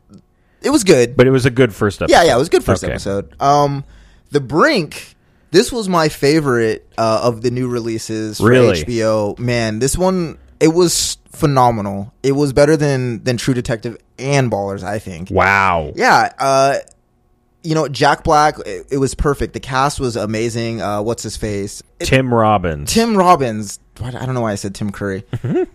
it was good. but it was a good first episode. Yeah, yeah, it was good first Okay. episode. Um, the Brink. This was my favorite uh, of the new releases for Really? HBO. Man, this one it was phenomenal. It was better than than True Detective and Ballers. I think. Wow. Yeah. Uh, you know, Jack Black. It, it was perfect. The cast was amazing. Uh, what's his face? It- Tim Robbins. Mm-hmm. Tim Robbins. Why- I don't know why I said Tim Curry.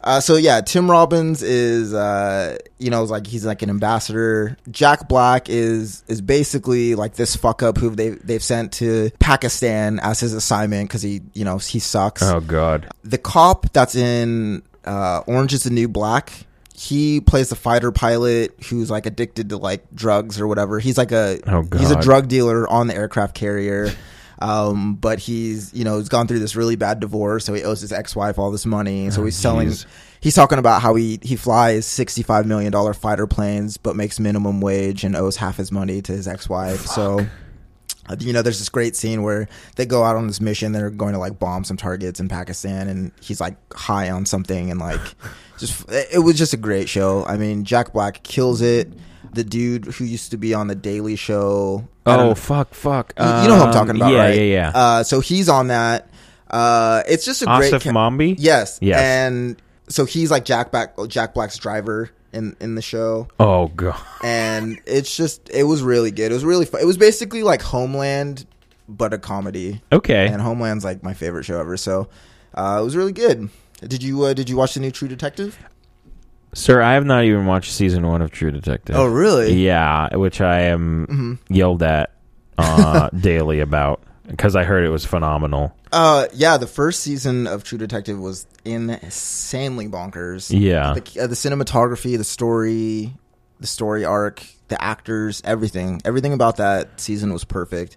uh, so yeah, Tim Robbins is uh, you know like he's like an ambassador. Jack Black is is basically like this fuck up who they they've sent to Pakistan as his assignment because he you know he sucks. oh god. The cop that's in uh, Orange Is the New Black. He plays the fighter pilot who's like addicted to like drugs or whatever. He's like a Oh, he's a God. drug dealer on the aircraft carrier. Um, but he's you know he's gone through this really bad divorce, so he owes his ex wife all this money. Oh, So he's selling. geez. He's talking about how he he flies sixty five million dollar fighter planes, but makes minimum wage and owes half his money to his ex wife. So. uh, You know, there's this great scene where they go out on this mission. They're going to like bomb some targets in Pakistan, and he's like high on something, [LAUGHS] and like just it was just a great show. I mean, Jack Black kills it. The dude who used to be on the Daily Show. I don't Oh know- fuck, fuck. you you know who I'm Um, talking about, yeah, right? Yeah, yeah, Uh, so he's on that. Uh, it's just a great. Asif ca- Mombi. yes. Yes. And so he's like Jack Black, Jack Black's driver in in the show, Oh god. and it's just it was really good. It was really fun. It was basically like Homeland, but a comedy. Okay. And Homeland's like my favorite show ever, so uh, it was really good. Did you uh, did you watch the new True Detective? Sir, I have not even watched season one of True Detective. Oh, really? Mm-hmm. Yeah, which I am yelled at [LAUGHS] uh, daily about because I heard it was phenomenal. Uh, yeah. The first season of True Detective was insanely bonkers. Yeah, the, uh, the cinematography, the story, the story arc, the actors, everything, everything about that season was perfect.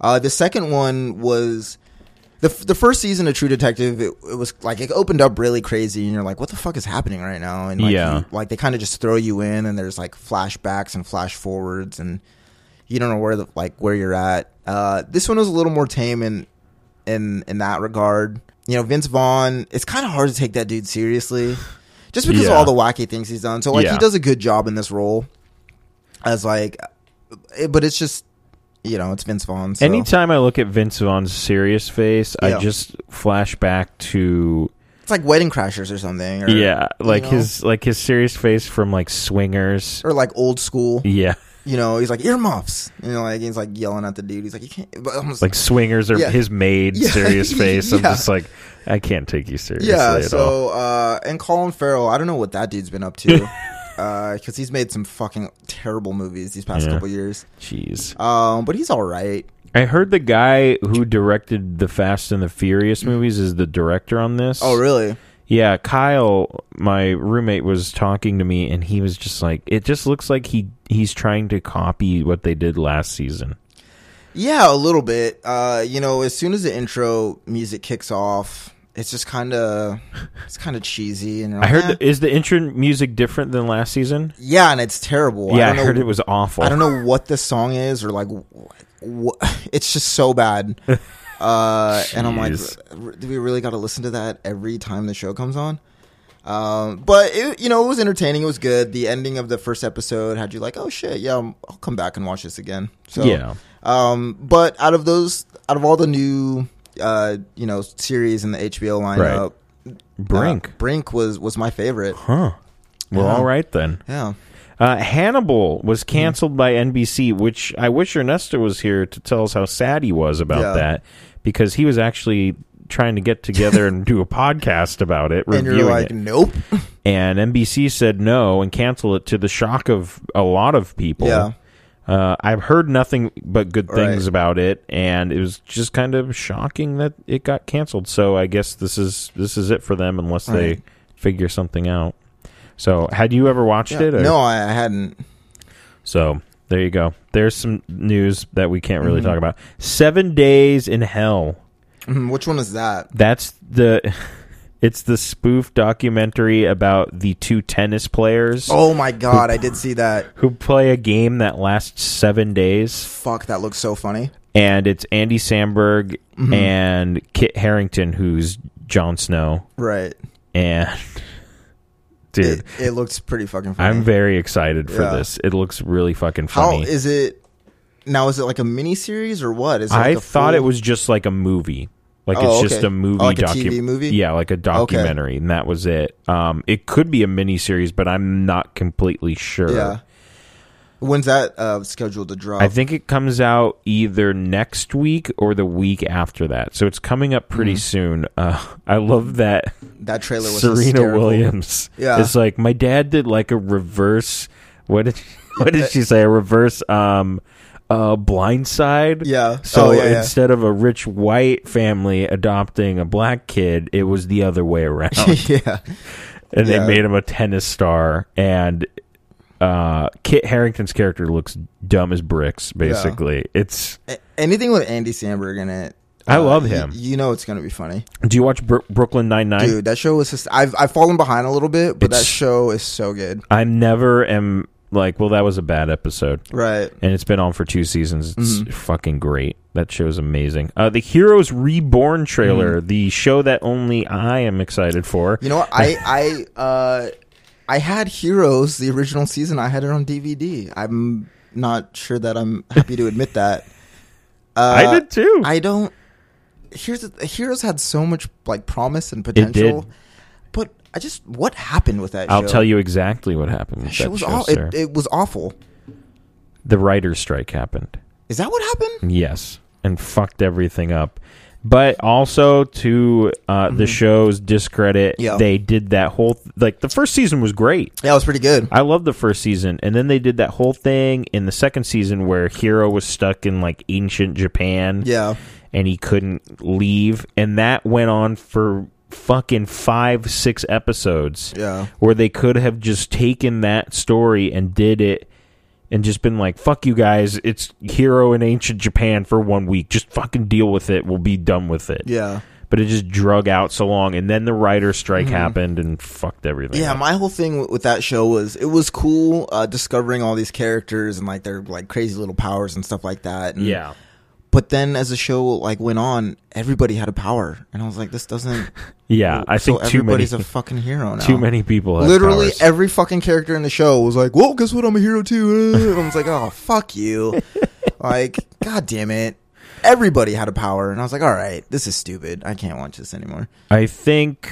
Uh, the second one was the f- the first season of True Detective. It, it was like it opened up really crazy, and you're like, "What the fuck is happening right now?" And like, Yeah. you- like they kind of just throw you in, and there's like flashbacks and flash forwards, and you don't know where the like where you're at. Uh, this one was a little more tame in in in that regard. You know, Vince Vaughn. It's kind of hard to take that dude seriously, just because Yeah. of all the wacky things he's done. So like Yeah. he does a good job in this role as like, it- but it's just you know it's Vince Vaughn. So. anytime I look at Vince Vaughn's serious face, Yeah. I just flash back to it's like Wedding Crashers or something. Or, yeah, like know? his like his serious face from like Swingers. or like old school. Yeah, You know, he's like earmuffs. You know, like he's like yelling at the dude. He's like, you can't. But almost, like Swingers or Yeah. his maid [LAUGHS] Yeah. serious face. I'm Yeah. just like, I can't take you seriously yeah. at all. [LAUGHS] So uh, and Colin Farrell. I don't know what that dude's been up to. because he's made some fucking terrible movies these past Yeah. couple years. Jeez. Um, but he's all right. I heard the guy who directed the Fast and the Furious movies is the director on this. Oh, really? Yeah, Kyle, my roommate was talking to me and he was just like it just looks like he he's trying to copy what they did last season. Yeah, a little bit. Uh, you know, as soon as the intro music kicks off, it's just kind of it's kind of cheesy. And you're I like, heard "Eh." the, is the intro music different than last season? yeah, and it's terrible. yeah, I, don't know, heard it was awful. I don't know what the song is or like what. [LAUGHS] It's just so [LAUGHS] bad. Uh, and I'm like, Jeez. "R- do we really got to listen to that every time the show comes on? Um, but it, you know, it was entertaining. It was good. The ending of the first episode had you like, oh shit, yeah, I'm- I'll come back and watch this again. So Yeah. Um, but out of those, out of all the new, uh, you know, series in the HBO lineup, Brink. uh, Brink was was my favorite. huh. Well, Yeah. all right then. Yeah. Uh, Hannibal Mm-hmm. was canceled by NBC, which I wish Ernesto was here to tell us how sad he was about Yeah. that because he was actually trying to get together and [LAUGHS] do a podcast about it, And reviewing you're like, it. nope. And NBC said no and canceled it to the shock of a lot of people. Yeah. Uh, I've heard nothing but good Right. things about it, and it was just kind of shocking that it got canceled. So I guess this is this is it for them unless Right. they figure something out. So, had you ever watched Yeah. it? or- No, I, I hadn't. so there you go. There's some news that we can't Mm-hmm. really talk about. Seven Days in Hell. Mhm, Which one is that? That's the. [LAUGHS] It's the spoof documentary about the two tennis players Oh my god, I did see that. who play a game that lasts seven days, Fuck, that looks so funny. and it's Andy Samberg Mm-hmm. and Kit Harrington, who's Jon Snow, Right. and [LAUGHS] dude, It, it looks pretty fucking funny. I'm very excited for Yeah. this. It looks really fucking How funny. is it now? Is it like a mini series or what? Is it like I a thought full- it was just like a movie. Like Oh, it's just okay. a movie, Oh, like a docu- TV movie? yeah, like a documentary, and that was it. Um, it could be a miniseries, but I'm not completely sure. Yeah. When's that uh, scheduled to drop? I think it comes out either next week or the week after that, so it's coming up Mm-hmm. pretty soon. Uh, [LAUGHS] I love that that trailer was Serena [LAUGHS] hysterical. Williams. Yeah. it's like my dad did like a reverse. What did [LAUGHS] what Uh, did she say? A reverse um, uh, blindside. Yeah. So oh, yeah, yeah. instead of a rich white family adopting a black kid, it was the other way [LAUGHS] around. [LAUGHS] yeah. and Yeah. they made him a tennis star. And uh, Kit Harrington's character looks dumb as bricks, basically. It's. A- anything with Andy Samberg in it. I love y- him. you know it's gonna be funny, Do you watch Bro- Brooklyn Nine-Nine? dude. that show was just. I've I've fallen behind a little bit, but that It's- show is so good. I never am like, well, that was a bad episode. Right. And it's been on for two seasons. It's Mm-hmm. fucking great. That show's amazing. Uh, the Heroes Reborn trailer, the show that only I am excited for. Mm. You know what? [LAUGHS] I I uh I had Heroes the original season. I had it on DVD. I'm not sure that I'm happy to admit that. Uh, [LAUGHS] I did too. I don't. Here's the, Heroes had so much like promise and potential, did. but I just what happened with that? I'll show? tell you exactly what happened. With That that shit was show, aw- sir. it, it was awful. the writer's strike happened. Is that what happened? Yes, and fucked everything up. But also to uh, the show's discredit, Mm-hmm. Yeah. they did that whole like the first season was great. Yeah, it was pretty good. I loved the first season, and then they did that whole thing in the second season where Hiro was stuck in like ancient Japan, Yeah, and he couldn't leave, and that went on for fucking five, six episodes. yeah. where they could have just taken that story and did it and just been like fuck you guys it's hero in ancient japan for one week just fucking deal with it we'll be done with it Yeah. but it just drug out so long and then the writer strike happened and fucked everything Mm-hmm. Yeah, up. my whole thing with- with that show was it was cool uh, discovering all these characters and like their like crazy little powers and stuff like that. And, yeah But then as the show like went on, everybody had a power, and I was like, this doesn't. [LAUGHS] yeah i so think too many everybody's a fucking hero now. [LAUGHS] too many people have Literally powers. every fucking character in the show was like, "Well, guess what? I'm a hero too." Uh, and I was like, "Oh, fuck [LAUGHS] you!" like, god damn it! Everybody had a power, and I was like, "All right, this is stupid. I can't watch this anymore." i think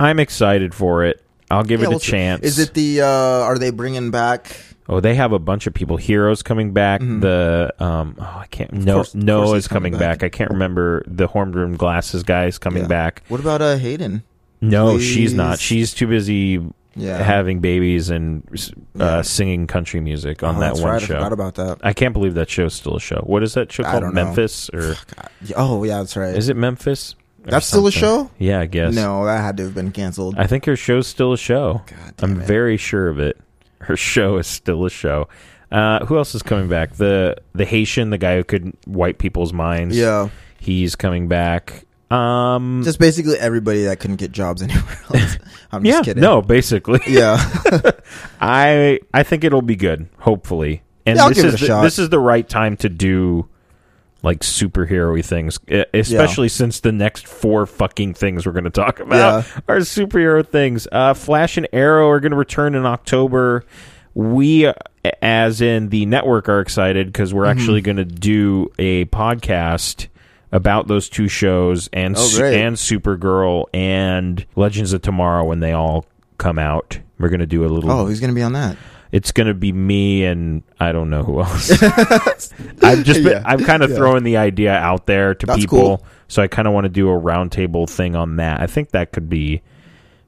i'm excited for it i'll give Yeah, it a we'll see. chance Is it the? uh Are they bringing back? Oh, they have a bunch of people. Heroes coming back. The um, oh, I can't. No, course- Mm-hmm. of Noah course he's is coming, coming back. back. I can't remember the horn room glasses guy is coming Yeah. back. What about uh Hayden? No, she's not. Please. She's too busy Yeah. having babies and uh, Yeah. singing country music on Oh, that that's one right. I show. forgot about that. I can't believe that show's still a show. What is that show I called? don't know. Memphis [SIGHS] or Oh yeah, that's right. is it Memphis? Or That's still a something. show? Yeah, I guess. No, that had to have been canceled. I think her show's still a show. God damn I'm it. very sure of it. Her show is still a show. Uh, who else is coming back? The the Haitian, the guy who could wipe people's minds. yeah. he's coming back. Um, Just basically everybody that couldn't get jobs [LAUGHS] anywhere [LAUGHS] else. I'm yeah, just kidding. no, basically, [LAUGHS] [LAUGHS] Yeah. I I think it'll be good. Hopefully, and Yeah, I'll this give it is a the, shot. this is the right time to do like superhero-y things, e- especially since the next four fucking things we're going to talk about are superhero things. Uh, Flash and Arrow are going to return in October. We, uh, as in the network, are excited because we're Mm-hmm. actually going to do a podcast about those two shows and Oh, su- great. and Supergirl and Legends of Tomorrow when they all come out. We're going to do a little oh, who's gonna be on that? it's gonna be me and I don't know who else. [LAUGHS] I've just been, Yeah. I've kind of Yeah. throwing the idea out there to That's people, cool. so I kind of want to do a roundtable thing on that. I think that could be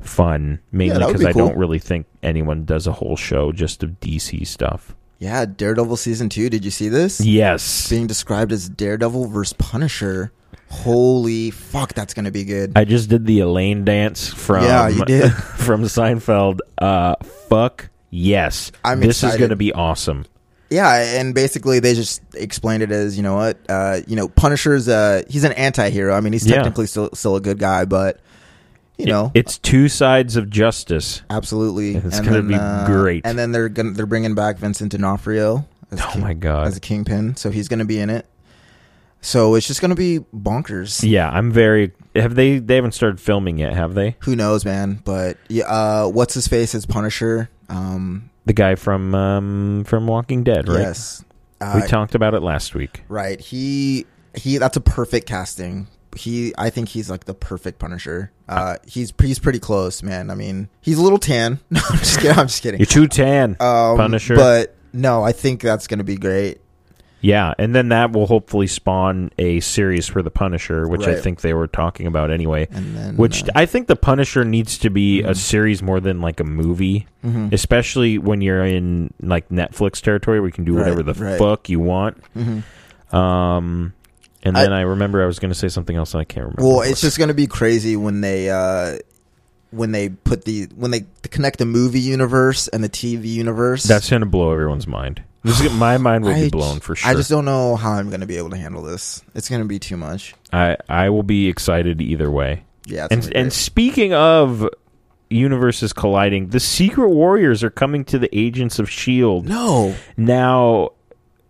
fun, mainly that would because be I cool. don't really think anyone does a whole show just of DC stuff. Yeah, Daredevil season two. Did you see this? Yes, Being described as Daredevil versus Punisher. Holy fuck, that's gonna be good. I just did the Elaine dance from Yeah, you did. [LAUGHS] from Seinfeld. Uh, fuck yes, I'm this is excited. gonna be awesome. Yeah, and basically they just explained it as you know what, uh, you know, Punisher's uh, he's an anti-hero. I mean, he's Yeah. technically still still a good guy, but you know, It's two sides of justice. absolutely, uh, It's gonna be great. And then they're gonna they're bringing back Vincent D'Onofrio. As Oh King- my god, as a kingpin, so he's gonna be in it. So it's just gonna be bonkers. Yeah, I'm very. Have they? They haven't started filming yet, have they? Who knows, man? But yeah, uh, what's his face as Punisher? Um, The guy from um from Walking Dead, right? Yes, We uh, talked about it last week. right. He he. That's a perfect casting. He, I think he's like the perfect Punisher. Uh, he's he's pretty close, man. I mean, he's a little tan. [LAUGHS] No, I'm just kidding. I'm just kidding. You're too tan, Um, Punisher. but no, I think that's gonna be great. yeah, and then that will hopefully spawn a series for the Punisher, which I Right. think they were talking about anyway. And then Which uh, I think the Punisher needs to be Mm. a series more than like a movie, mhm, Mm. especially when you're in like Netflix territory where you can do Right, whatever the right. fuck you want. mhm. Um, and I- then I, remember I was going to say something else and I can't remember. well, what it it's was. just gonna be crazy when they uh, when they put the when they connect the movie universe and the TV universe. That's gonna blow everyone's mind. This is, my mind will I be j- blown for sure. I just don't know how I'm gonna be able to handle this. It's gonna be too much. I, I will be excited either way. Yeah, it's And gonna be and great. speaking of universes colliding, the Secret Warriors are coming to the Agents of Shield. no, E Now,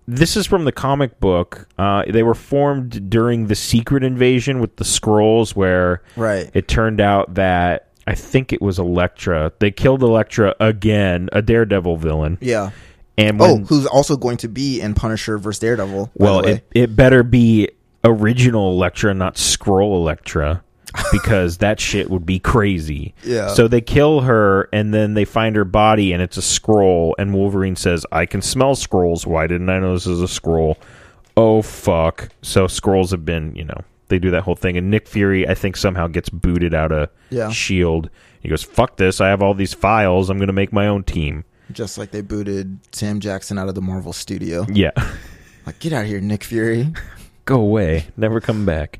this is from the comic book. Uh, they were formed during the Secret Invasion with the Scrolls, where right. it turned out that I think it was Elektra. They killed Elektra again, a Daredevil villain, Yeah. and Oh, when who's also going to be in Punisher versus Daredevil? by Well, the way. it, it better be original Electra, not scroll [LAUGHS] Electra, because that shit would be crazy. Yeah. So they kill her, and then they find her body, and it's a scroll. And Wolverine says, "I can smell scrolls. Why didn't I know this is a scroll?" Oh fuck! So scrolls have been, you know, they do that whole thing. And Nick Fury, I think, somehow gets booted out of Yeah. Shield. E He goes, "Fuck this! I have all these files. I'm going to make my own team." just like they booted Sam Jackson out of the Marvel studio. Yeah. [LAUGHS] [LAUGHS] Like, get out of here, Nick Fury. go away, never come back.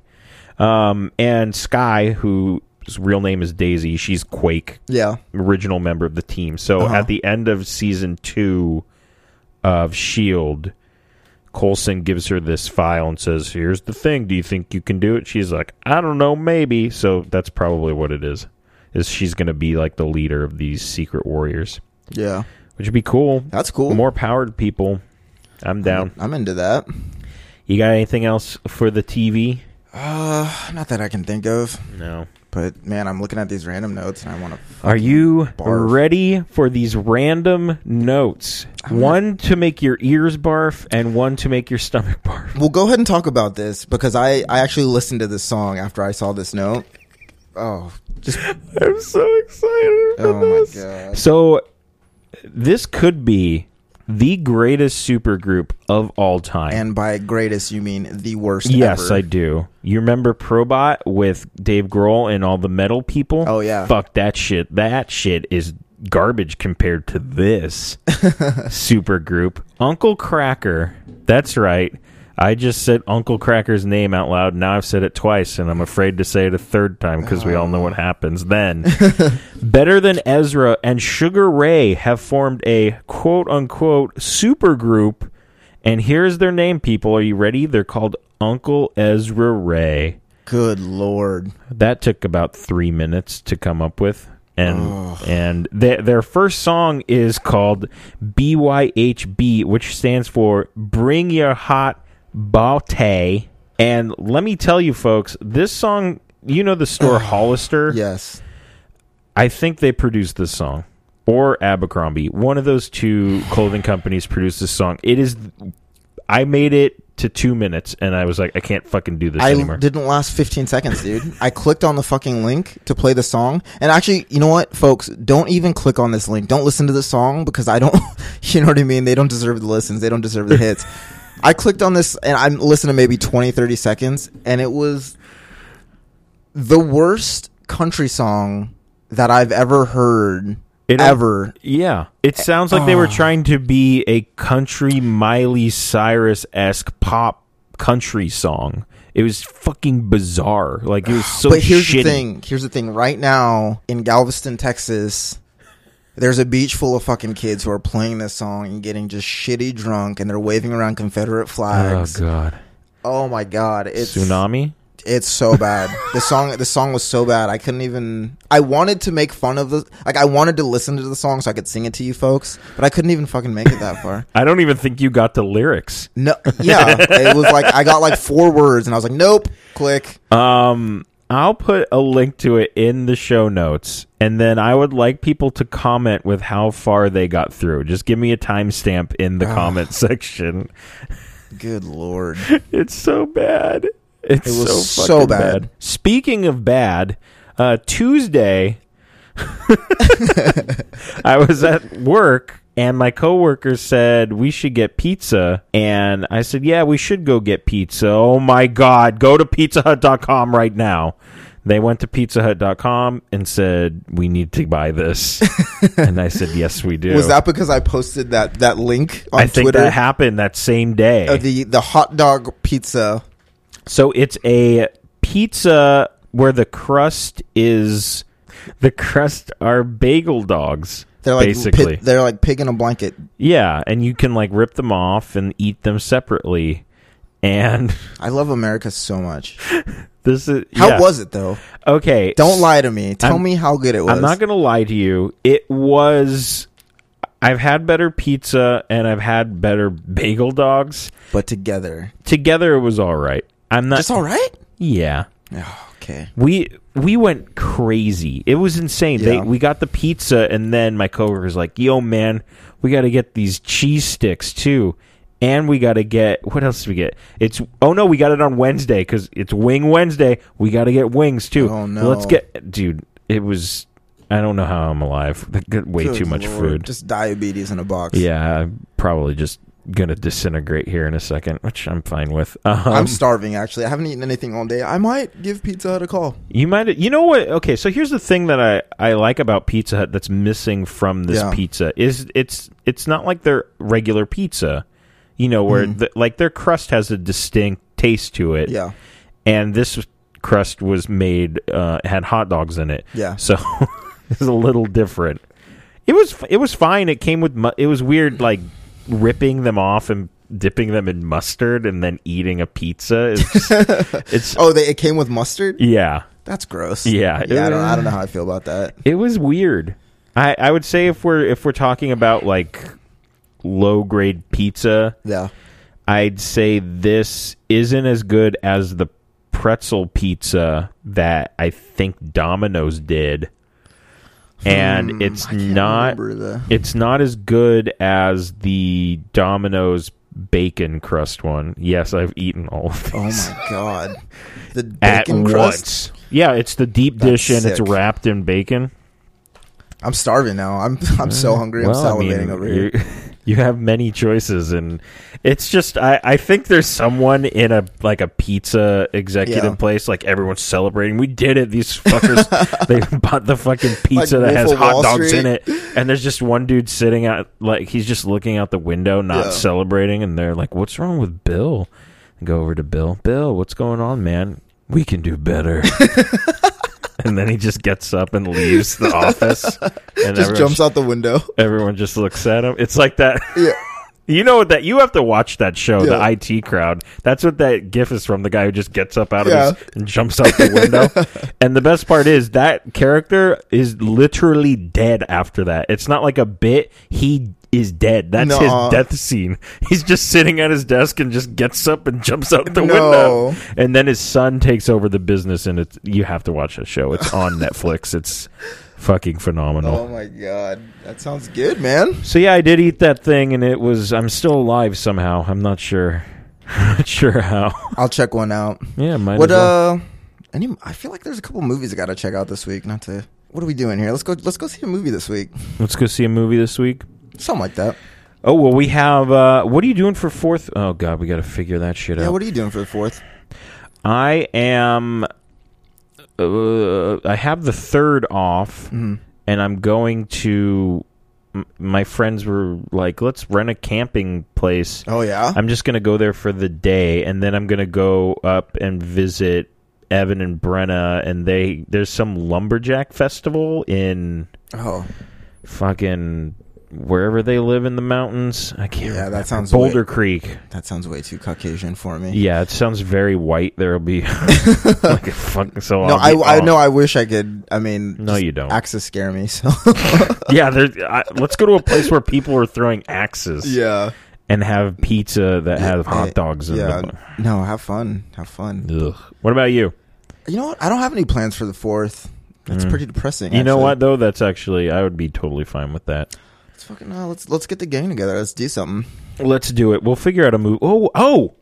Um, and Sky, whose real name is Daisy, she's Quake, Yeah, original member of the team. So Uh-huh. at the end of season two of Shield, Colson gives her this file and says, "Here's the thing. Do you think you can do it?" She's like, "I don't know, maybe." So that's probably what it is. Is she's going to be like the leader of these secret warriors, yeah, which would be cool. that's cool. More powered people. I'm down. I'm into that. You got anything else for the TV? Uh, not that I can think of. No. But man, I'm looking at these random notes and I want to. Are you barf. ready for these random notes? One to make your ears barf and one to make your stomach [LAUGHS] barf. Well, go ahead and talk about this because I I actually listened to this song after I saw this note. Oh, just I'm so excited oh [LAUGHS] my god. So this could be the greatest supergroup of all time. And by greatest, you mean the worst. yes, ever. I do. You remember Probot with Dave Grohl and all the metal people? Oh, yeah. Fuck that shit. That shit is garbage compared to [LAUGHS] this super group. Uncle Cracker. That's right. I just said Uncle Cracker's name out loud. Now I've said it twice, and I'm afraid to say it a third time because we all know what happens [LAUGHS] then. Better Than Ezra and Sugar Ray have formed a quote unquote supergroup. And here's their name, people. Are you ready? They're called Uncle Ezra Ray. Good lord. That took about three minutes to come up with. And and their their first song is called BYHB, which stands for Bring Your Hot Bote. And let me tell you, folks, this song, you know the store Hollister. Yes. I think they produced this song or Abercrombie. One of those two clothing companies produced this song. It is. I made it to two minutes, and I was like, I can't fucking do this I anymore. didn't last 15 seconds, dude. I clicked on the fucking link to play the song. And actually, you know what, folks? Don't even click on this link. Don't listen to the song because I don't, [LAUGHS] you know what I mean? They don't deserve the listens. They don't deserve [LAUGHS] the hits. I clicked on this and I'm listening to maybe 20, 30 seconds. And it was the worst country song that I've ever heard. It- ever. yeah, it sounds like they Ah. were trying to be a country Miley Cyrus esque pop country song. It was fucking bizarre. Like it was so. but here's shitty. the thing. Here's the thing. Right now in Galveston, Texas, there's a beach full of fucking kids who are playing this song and getting just shitty drunk, and they're waving around Confederate Oh flags. Oh, god, my god, it's tsunami. it's so bad. the song the song was so bad. I couldn't even. I wanted to make fun of the like. I wanted to listen to the song so I could sing it to you folks, but I couldn't even fucking make it that far. I don't even think you got the lyrics. No, [LAUGHS] yeah, it was like I got like four words, and I was like, nope, click. Um, I'll put a link to it in the show notes, and then I would like people to comment with how far they got through. Just give me a timestamp in the comment [LAUGHS] section. Good lord. It's so bad. It's It was so, so fucking bad. bad. Speaking of bad, uh, Tuesday, [LAUGHS] I was at work and my coworker said we should get pizza, and I said, "Yeah, we should go get pizza." Oh my god, go to pizzahut.com right now. They went to pizzahut.com and said, "We need to buy [LAUGHS] this." and I said, "Yes, we do." Was that because I posted that that link on I think Twitter? that happened that same day. of the the hot dog pizza. So it's a pizza where the crust is the crust are bagel dogs. They're like basically. Pig, they're like pig in a blanket. yeah, and you can like rip them off and eat them separately. And [LAUGHS] I love America so much. this is How yeah. was it though? Okay. Don't lie to me. Tell I'm- me how good it was. I'm not going to lie to you. It was I've had better pizza and I've had better bagel dogs. but together, Together it was all right. I'm not just all right. Yeah. Oh, okay. we we went crazy. It was insane. They, Yeah. we got the pizza, and then my coworker was like, "Yo, man, we got to get these cheese sticks too, and we got to get what else did we get? It's oh no, we got it on Wednesday because it's Wing Wednesday. We got to get wings too. Oh, no. let's get dude. It was I don't know how I'm alive. [LAUGHS] I got way Good too much lord. food. Just diabetes in a box. yeah, I'm probably just gonna disintegrate here in a second, which I'm fine with. Um, I'm starving. Actually, I haven't eaten anything all day. I might give Pizza Hut a call. You might, you know what? Okay, so here's the thing that I, I like about Pizza Hut that's missing from this Yeah. pizza is it's it's not like their regular pizza, you know, where the, like their crust has a distinct taste to it, Mm-hmm. Yeah, and this crust was made uh, had hot dogs in it, Yeah. So [LAUGHS] it's a little different. It was it was fine. It came with mu- it was weird like ripping them off and dipping them in mustard and then eating a pizza. [LAUGHS] It's, it's Oh, they, it came with mustard. yeah. That's gross. Yeah. yeah. I don't. I don't know how I feel about that. It was weird. I, I would say if we're if we're talking about like low grade pizza, Yeah. I'd say this isn't as good as the pretzel pizza that I think Domino's did. And Hmm, it's I can't not remember the- it's not as good as the Domino's bacon crust one. Yes, I've eaten all of Oh these. my god. The At bacon crust. once. Yeah, it's the deep That's dish and it's sick. wrapped in bacon. I'm starving now. I'm I'm so hungry. I'm Well, I salivating mean, over here. You're, you [LAUGHS] have many choices and it's just I, I think there's someone in a like a pizza executive Yeah. place like everyone's celebrating we did it these fuckers [LAUGHS] they bought the fucking pizza Like that has Wolf of hot Wall dogs in Street. it and there's just one dude sitting out like he's just looking out the window not Yeah. celebrating and they're like what's wrong with Bill and go over to Bill Bill what's going on man we can do [LAUGHS] better and then he just gets up and leaves the office and Just everyone- jumps out the window. [LAUGHS] everyone just looks at him. It's like that. [LAUGHS] Yeah. You know what that you have to watch that show, Yeah. the IT crowd. That's what that gif is from, the guy who just gets up out of Yeah. his and jumps out the [LAUGHS] window. and the best part is that character is literally dead after that. It's not like a bit. He is dead. That's his Nuh-uh. death scene. [LAUGHS] He's just sitting at his desk and just gets up and jumps out the No. window. And then his son takes over the business and it's you have to watch that show. It's [LAUGHS] on Netflix. It's fucking phenomenal. Oh my god, that sounds good, man. So yeah, I did eat that thing, and it was. I'm still alive somehow. I'm not sure. [LAUGHS] not sure how. [LAUGHS] I'll check one out. Yeah, might what as well. uh? Any? I feel like there's a couple movies I gotta check out this week. Not to. What are we doing here? Let's go. Let's go see a movie this week. Let's go see a movie this week. Something like that. Oh well, we have. Uh, what are you doing for fourth? Oh god, we got to figure that shit Yeah. out. What are you doing for the fourth? I am. Uh, I have the third off, Mm-hmm. and I'm going to. m- My friends were like, "Let's rent a camping place." Oh yeah. I'm just gonna go there for the day, and then I'm gonna go up and visit Evan and Brenna, and they there's some lumberjack festival in oh fucking wherever they live in the mountains. I can't. Yeah, that remember. sounds Boulder way- Creek. That sounds way too Caucasian for me. Yeah, it sounds very white. There'll be [LAUGHS] like a fucking so. No, I'll be I, I off. know. I wish I could. I mean, No, just you don't. Axes scare me. So [LAUGHS] Yeah, there's, I, let's go to a place where people are throwing axes yeah, and have pizza that has I- hot dogs. In Yeah, the, no, have fun. Have fun. bu- Ugh. What about you? You know what? I don't have any plans for the fourth. That's pretty depressing. Mm. You know actually. what though? That's actually I would be totally fine with that. Let's fucking uh, let's let's get the gang together. Let's do something. Let's do it. We'll figure out a move. Oh, oh,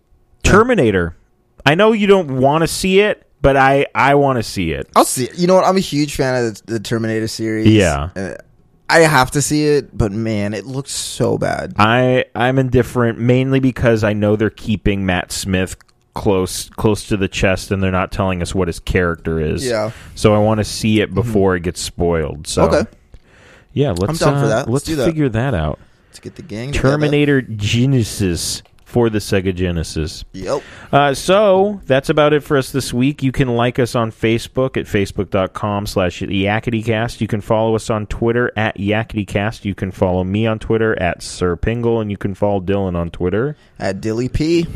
Terminator. I know you don't want to see it, but I I want to see it. I'll see. It. You know what? I'm a huge fan of the, the Terminator series. Yeah. Uh, I have to see it, but man, it looks so bad. I I'm indifferent mainly because I know they're keeping Matt Smith close close to the chest and they're not telling us what his character is. Yeah. So I want to see it before it gets spoiled. So Okay. Yeah, let's down for uh, that. Let's let's do that. figure that out. Let's get the gang together. Terminator Genesis for the Sega Genesis. Yep. Uh, so that's about it for us this week. You can like us on Facebook at facebook.com slash yakitycast. You can follow us on Twitter at yakitycast. You can follow me on Twitter at Sir Pingle, and you can follow Dylan on Twitter. At Dilly P.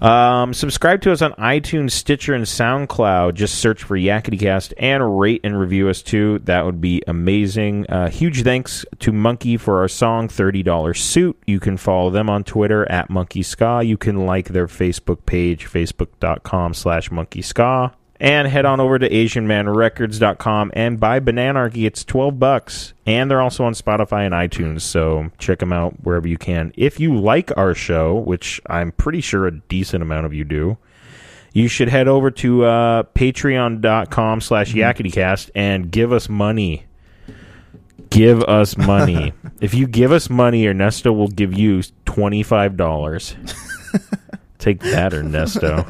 Um, subscribe to us on iTunes, Stitcher, and SoundCloud. Just search for YakityCast and rate and review us too. That would be amazing. Uh, huge thanks to Monkey for our song $30 Suit. You can follow them on Twitter at Monkey Ska. You can like their Facebook page, facebook.com slash Monkey Ska. And head on over to AsianManRecords.com and buy Bananarchy. It's 12 bucks. And they're also on Spotify and iTunes, so check them out wherever you can. If you like our show, which I'm pretty sure a decent amount of you do, you should head over to uh, patreon.com slash yakitycast and give us money. Give us money. if you give us money, Ernesto will give you $25. Take that, Ernesto.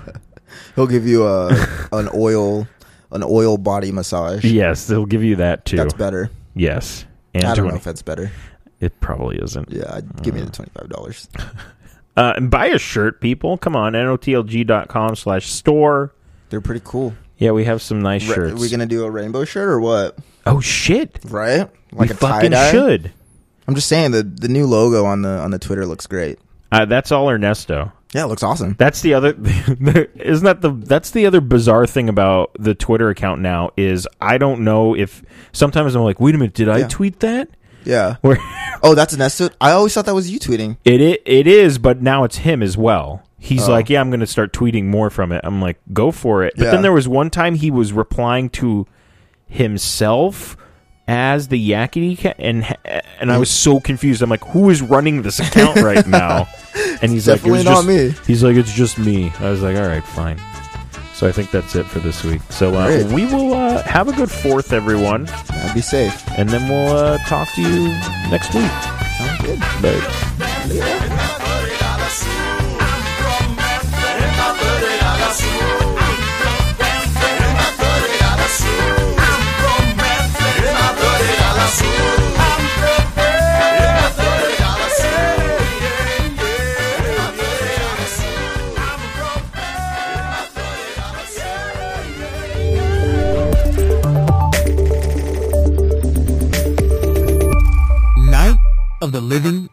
He'll give [LAUGHS] you a an oil an oil body massage. Yes, they'll give you that too. That's better. Yes. And I don't know 20 if that's better. It probably isn't. Yeah, I'd give me the twenty five dollars. Uh, and buy a shirt, people. Come on, notlg.com slash store. They're pretty cool. Yeah, we have some nice Re- shirts. we gonna do a rainbow shirt or what? oh, shit. Right? Like we a tie fucking dye. should. I'm just saying the the new logo on the on the Twitter looks great. Uh, that's all Ernesto. Yeah, it looks awesome. That's the other. [LAUGHS] isn't that the? That's the other bizarre thing about the Twitter account now is I don't know if sometimes I'm like, wait a minute, did I Yeah. tweet that? Yeah. Where Oh, that's an estimate. I always thought that was you tweeting. it i- it is, but now it's him as well. He's Oh. like, yeah, I'm going to start tweeting more from it. I'm like, go for it. But Yeah. then there was one time he was replying to himself as the yakety cat, and and I was so confused. I'm like, who is running this account right [LAUGHS] now? And he's like, it was Definitely not just- me. He's like, it's just me. I was like, all right, fine. So I think that's it for this week. So uh, Great. we will uh, have a good fourth, everyone, Yeah, be safe. and then we'll uh, talk to you next week. Sounds good. Bye. Better Night of the Living